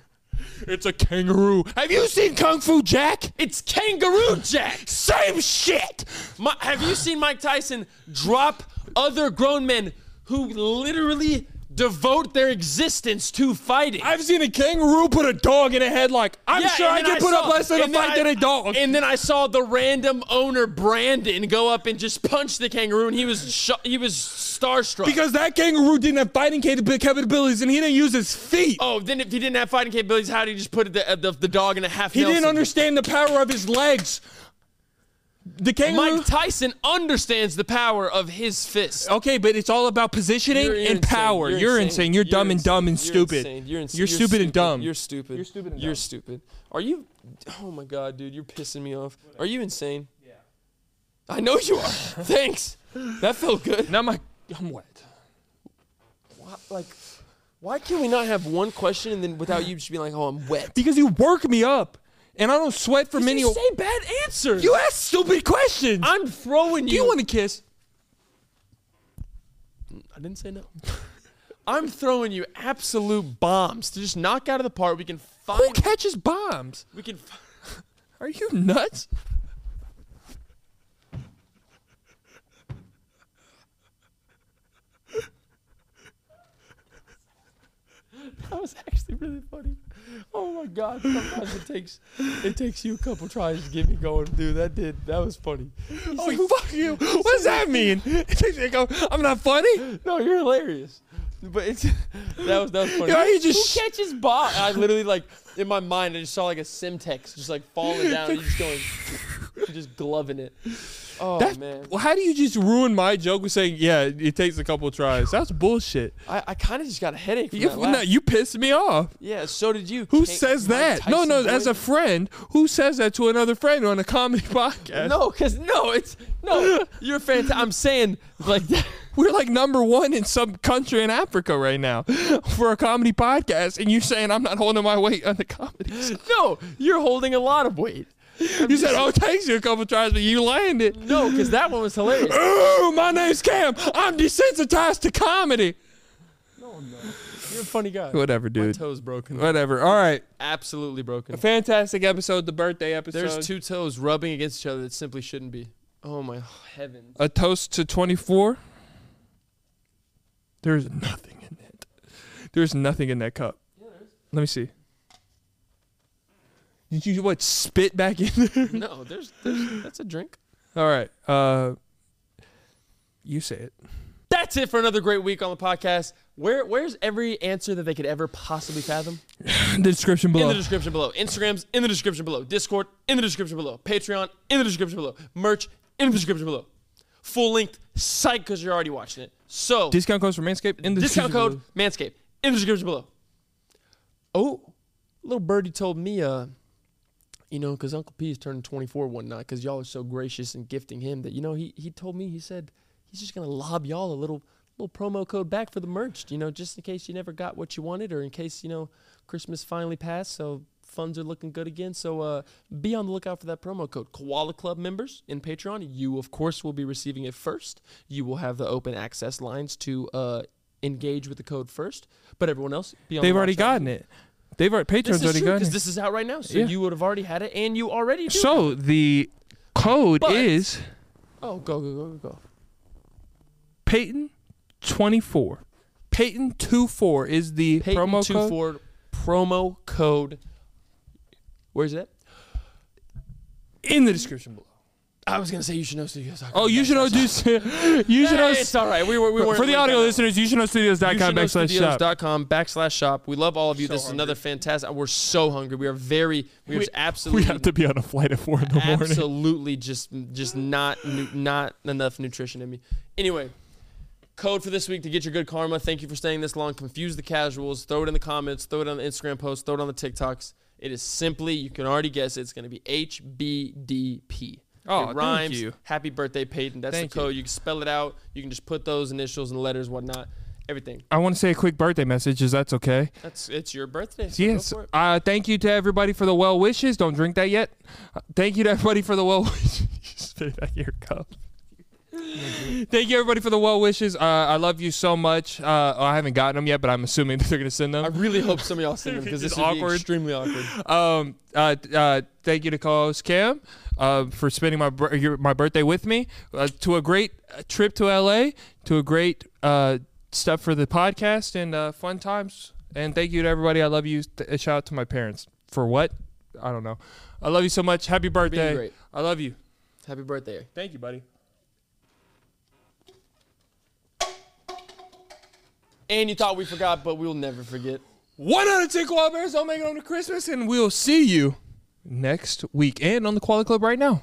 [SPEAKER 1] It's a kangaroo. Have you seen Kung Fu Jack?
[SPEAKER 2] It's Kangaroo Jack.
[SPEAKER 1] Same shit.
[SPEAKER 2] My, have you seen Mike Tyson drop other grown men who literally devote their existence to fighting?
[SPEAKER 1] I've seen a kangaroo put a dog in a headlock. I'm
[SPEAKER 2] Yeah,
[SPEAKER 1] sure
[SPEAKER 2] and
[SPEAKER 1] I
[SPEAKER 2] then
[SPEAKER 1] can put up
[SPEAKER 2] saw-
[SPEAKER 1] less in a
[SPEAKER 2] and then
[SPEAKER 1] fight
[SPEAKER 2] I-
[SPEAKER 1] than a dog.
[SPEAKER 2] And then I saw the random owner Brandon go up and just punch the kangaroo, and he was sho he was starstruck.
[SPEAKER 1] because that kangaroo didn't have fighting capa- capabilities and he didn't use his feet.
[SPEAKER 2] oh, then if he didn't have fighting capabilities, how did he just put the uh, the, the dog in a half?
[SPEAKER 1] he didn't understand the power of his legs. The kangaroo.
[SPEAKER 2] Mike Tyson understands the power of his fist.
[SPEAKER 1] Okay, but it's all about positioning
[SPEAKER 2] Oh, You're- you're
[SPEAKER 1] and
[SPEAKER 2] insane.
[SPEAKER 1] power. You're, insane. You're, dumb and dumb and
[SPEAKER 2] You're
[SPEAKER 1] stupid.
[SPEAKER 2] insane. You're, ins-
[SPEAKER 1] You're stupid, and dumb.
[SPEAKER 2] You're stupid. You're stupid. you're stupid. Are you? Oh my god, dude, you're pissing me off. Are you insane? Yeah. I know you are. Thanks. That felt good.
[SPEAKER 1] now my, I'm wet.
[SPEAKER 2] Why, like, why can we not have one question and then without you just being like, oh, I'm wet?
[SPEAKER 1] Because you work me up, and I don't sweat for many.
[SPEAKER 2] you say bad answers.
[SPEAKER 1] you ask stupid questions.
[SPEAKER 2] I'm throwing
[SPEAKER 1] Do
[SPEAKER 2] you.
[SPEAKER 1] you want to kiss?
[SPEAKER 2] I didn't say no. I'm throwing you absolute bombs to just knock out of the park. We can find.
[SPEAKER 1] Who catches bombs?
[SPEAKER 2] We can. Find,
[SPEAKER 1] Are you nuts?
[SPEAKER 2] That was actually really funny. Oh my god! Sometimes it takes it takes you a couple tries to get me going, dude. That did that was funny.
[SPEAKER 1] Oh, you- fuck you. What does that mean? They go, I'm not funny.
[SPEAKER 2] No, you're hilarious. But it's that was that was funny.
[SPEAKER 1] Yeah, he just-
[SPEAKER 2] Who catches Bob? I literally like in my mind, I just saw like a Simtex just like falling down. and just going, just gloving it. Oh
[SPEAKER 1] That's-
[SPEAKER 2] man,
[SPEAKER 1] Well, how do you just ruin my joke with saying, yeah, it takes a couple tries? That's bullshit.
[SPEAKER 2] I, I kind of just got a headache. From
[SPEAKER 1] You,
[SPEAKER 2] that
[SPEAKER 1] no,
[SPEAKER 2] laugh.
[SPEAKER 1] you pissed me off.
[SPEAKER 2] yeah, so did you.
[SPEAKER 1] Who
[SPEAKER 2] Can't-
[SPEAKER 1] says
[SPEAKER 2] Mike
[SPEAKER 1] that? No,
[SPEAKER 2] Tyson
[SPEAKER 1] no,
[SPEAKER 2] doing
[SPEAKER 1] as a
[SPEAKER 2] it?
[SPEAKER 1] friend, who says that to another friend on a comedy podcast?
[SPEAKER 2] no, because no, it's no. You're fantastic. I'm saying like that.
[SPEAKER 1] We're like number one in some country in Africa right now for a comedy podcast, and you're saying I'm not holding my weight on the comedy. side.
[SPEAKER 2] No, you're holding a lot of weight.
[SPEAKER 1] You said, "Oh, it takes you a couple tries, but you landed."
[SPEAKER 2] No, because that one was hilarious.
[SPEAKER 1] Ooh, my name's Cam. I'm desensitized to comedy.
[SPEAKER 2] You're a funny guy.
[SPEAKER 1] Whatever,
[SPEAKER 2] My
[SPEAKER 1] dude.
[SPEAKER 2] toe's broken.
[SPEAKER 1] Whatever. All right.
[SPEAKER 2] Absolutely broken.
[SPEAKER 1] A fantastic episode, the birthday episode.
[SPEAKER 2] There's two toes rubbing against each other that simply shouldn't be. Oh my heavens.
[SPEAKER 1] A toast to 24. There's nothing in it. There's nothing in that cup. Let me see. Did you what spit back in there?
[SPEAKER 2] no, there's, there's that's a drink.
[SPEAKER 1] All right. Uh you say it.
[SPEAKER 2] That's it for another great week on the podcast. Where where's every answer that they could ever possibly fathom?
[SPEAKER 1] The description
[SPEAKER 2] In
[SPEAKER 1] below.
[SPEAKER 2] the description below. Instagrams in the description below. Discord in the description below. Patreon in the description below. Merch in the description below. Full length site because you're already watching it. So
[SPEAKER 1] Discount code for Manscaped in the
[SPEAKER 2] discount
[SPEAKER 1] description
[SPEAKER 2] code
[SPEAKER 1] below.
[SPEAKER 2] Manscaped in the description below. Oh, little birdie told me, uh, you know, because Uncle P is turning 24 one night, because y'all are so gracious and gifting him that you know he he told me he said he's just gonna lob y'all a little little promo code back for the merch, you know, just in case you never got what you wanted or in case you know Christmas finally passed, so funds are looking good again. So uh, be on the lookout for that promo code. Koala Club members in Patreon, you of course will be receiving it first. You will have the open access lines to uh, engage with the code first, but everyone else be on
[SPEAKER 1] They've
[SPEAKER 2] the
[SPEAKER 1] already
[SPEAKER 2] watch out.
[SPEAKER 1] gotten it. They've already
[SPEAKER 2] This
[SPEAKER 1] Patreon's
[SPEAKER 2] is
[SPEAKER 1] already
[SPEAKER 2] true
[SPEAKER 1] gotten
[SPEAKER 2] because
[SPEAKER 1] it.
[SPEAKER 2] this is out right now, so
[SPEAKER 1] Yeah.
[SPEAKER 2] you would have already had it, and you already do.
[SPEAKER 1] So the code
[SPEAKER 2] But-
[SPEAKER 1] is
[SPEAKER 2] oh, go go go go go.
[SPEAKER 1] Peyton 24. Peyton 24 is the
[SPEAKER 2] Peyton
[SPEAKER 1] promo code.
[SPEAKER 2] 24 promo code. Where's it? at?
[SPEAKER 1] in the description below.
[SPEAKER 2] I was gonna say you should know studios.
[SPEAKER 1] Oh, you should know. Do you should know.
[SPEAKER 2] It's all right. We were we were
[SPEAKER 1] for the audio listeners, you should know studios.com backslash shop.
[SPEAKER 2] com backslash shop. We love all of you. this is
[SPEAKER 1] hungry.
[SPEAKER 2] another fantastic. We're so hungry. We are very. We,
[SPEAKER 1] We-
[SPEAKER 2] are absolutely.
[SPEAKER 1] We have to be on a flight at four in the morning.
[SPEAKER 2] absolutely just just not nu- not enough nutrition in me. Anyway, code for this week to get your good karma. Thank you for staying this long. Confuse the casuals. Throw it in the comments. Throw it on the Instagram post. Throw it on the TikToks. It is simply you can already guess it, it's going to be HBDP.
[SPEAKER 1] Oh,
[SPEAKER 2] it
[SPEAKER 1] thank
[SPEAKER 2] rhymes.
[SPEAKER 1] you.
[SPEAKER 2] Happy birthday, Peyton. That's
[SPEAKER 1] Thank
[SPEAKER 2] the code. You. can spell it out. You can just put those initials and letters, whatnot, everything.
[SPEAKER 1] I want to say a quick birthday message. Is that's okay?
[SPEAKER 2] That's it's your birthday. so go
[SPEAKER 1] Yes.
[SPEAKER 2] for it.
[SPEAKER 1] Uh, thank you to everybody for the well wishes. Don't drink that yet. Uh, Thank you to everybody for the well wishes. You Spit back in your cup. Thank you everybody for the well wishes. Uh, I love you so much. Uh, I haven't gotten them yet, but I'm assuming that they're gonna send them.
[SPEAKER 2] I really hope some of y'all send them because this
[SPEAKER 1] Just
[SPEAKER 2] is
[SPEAKER 1] awkward.
[SPEAKER 2] extremely awkward.
[SPEAKER 1] Um, uh, uh, thank you to co-host Cam uh, for spending my bir- your, my birthday with me. Uh, to a great uh, trip to LA, to a great uh, stuff for the podcast and uh, fun times. And thank you to everybody. I love you. Th- a shout out to my parents for what I don't know. I love you so much. Happy birthday.
[SPEAKER 2] great.
[SPEAKER 1] I love you.
[SPEAKER 2] Happy birthday.
[SPEAKER 1] Thank you, buddy.
[SPEAKER 2] And you thought we forgot, but we'll never forget.
[SPEAKER 1] One out of ten koala bears don't make it home to Christmas, and we'll see you next week and on the Koala Club right now.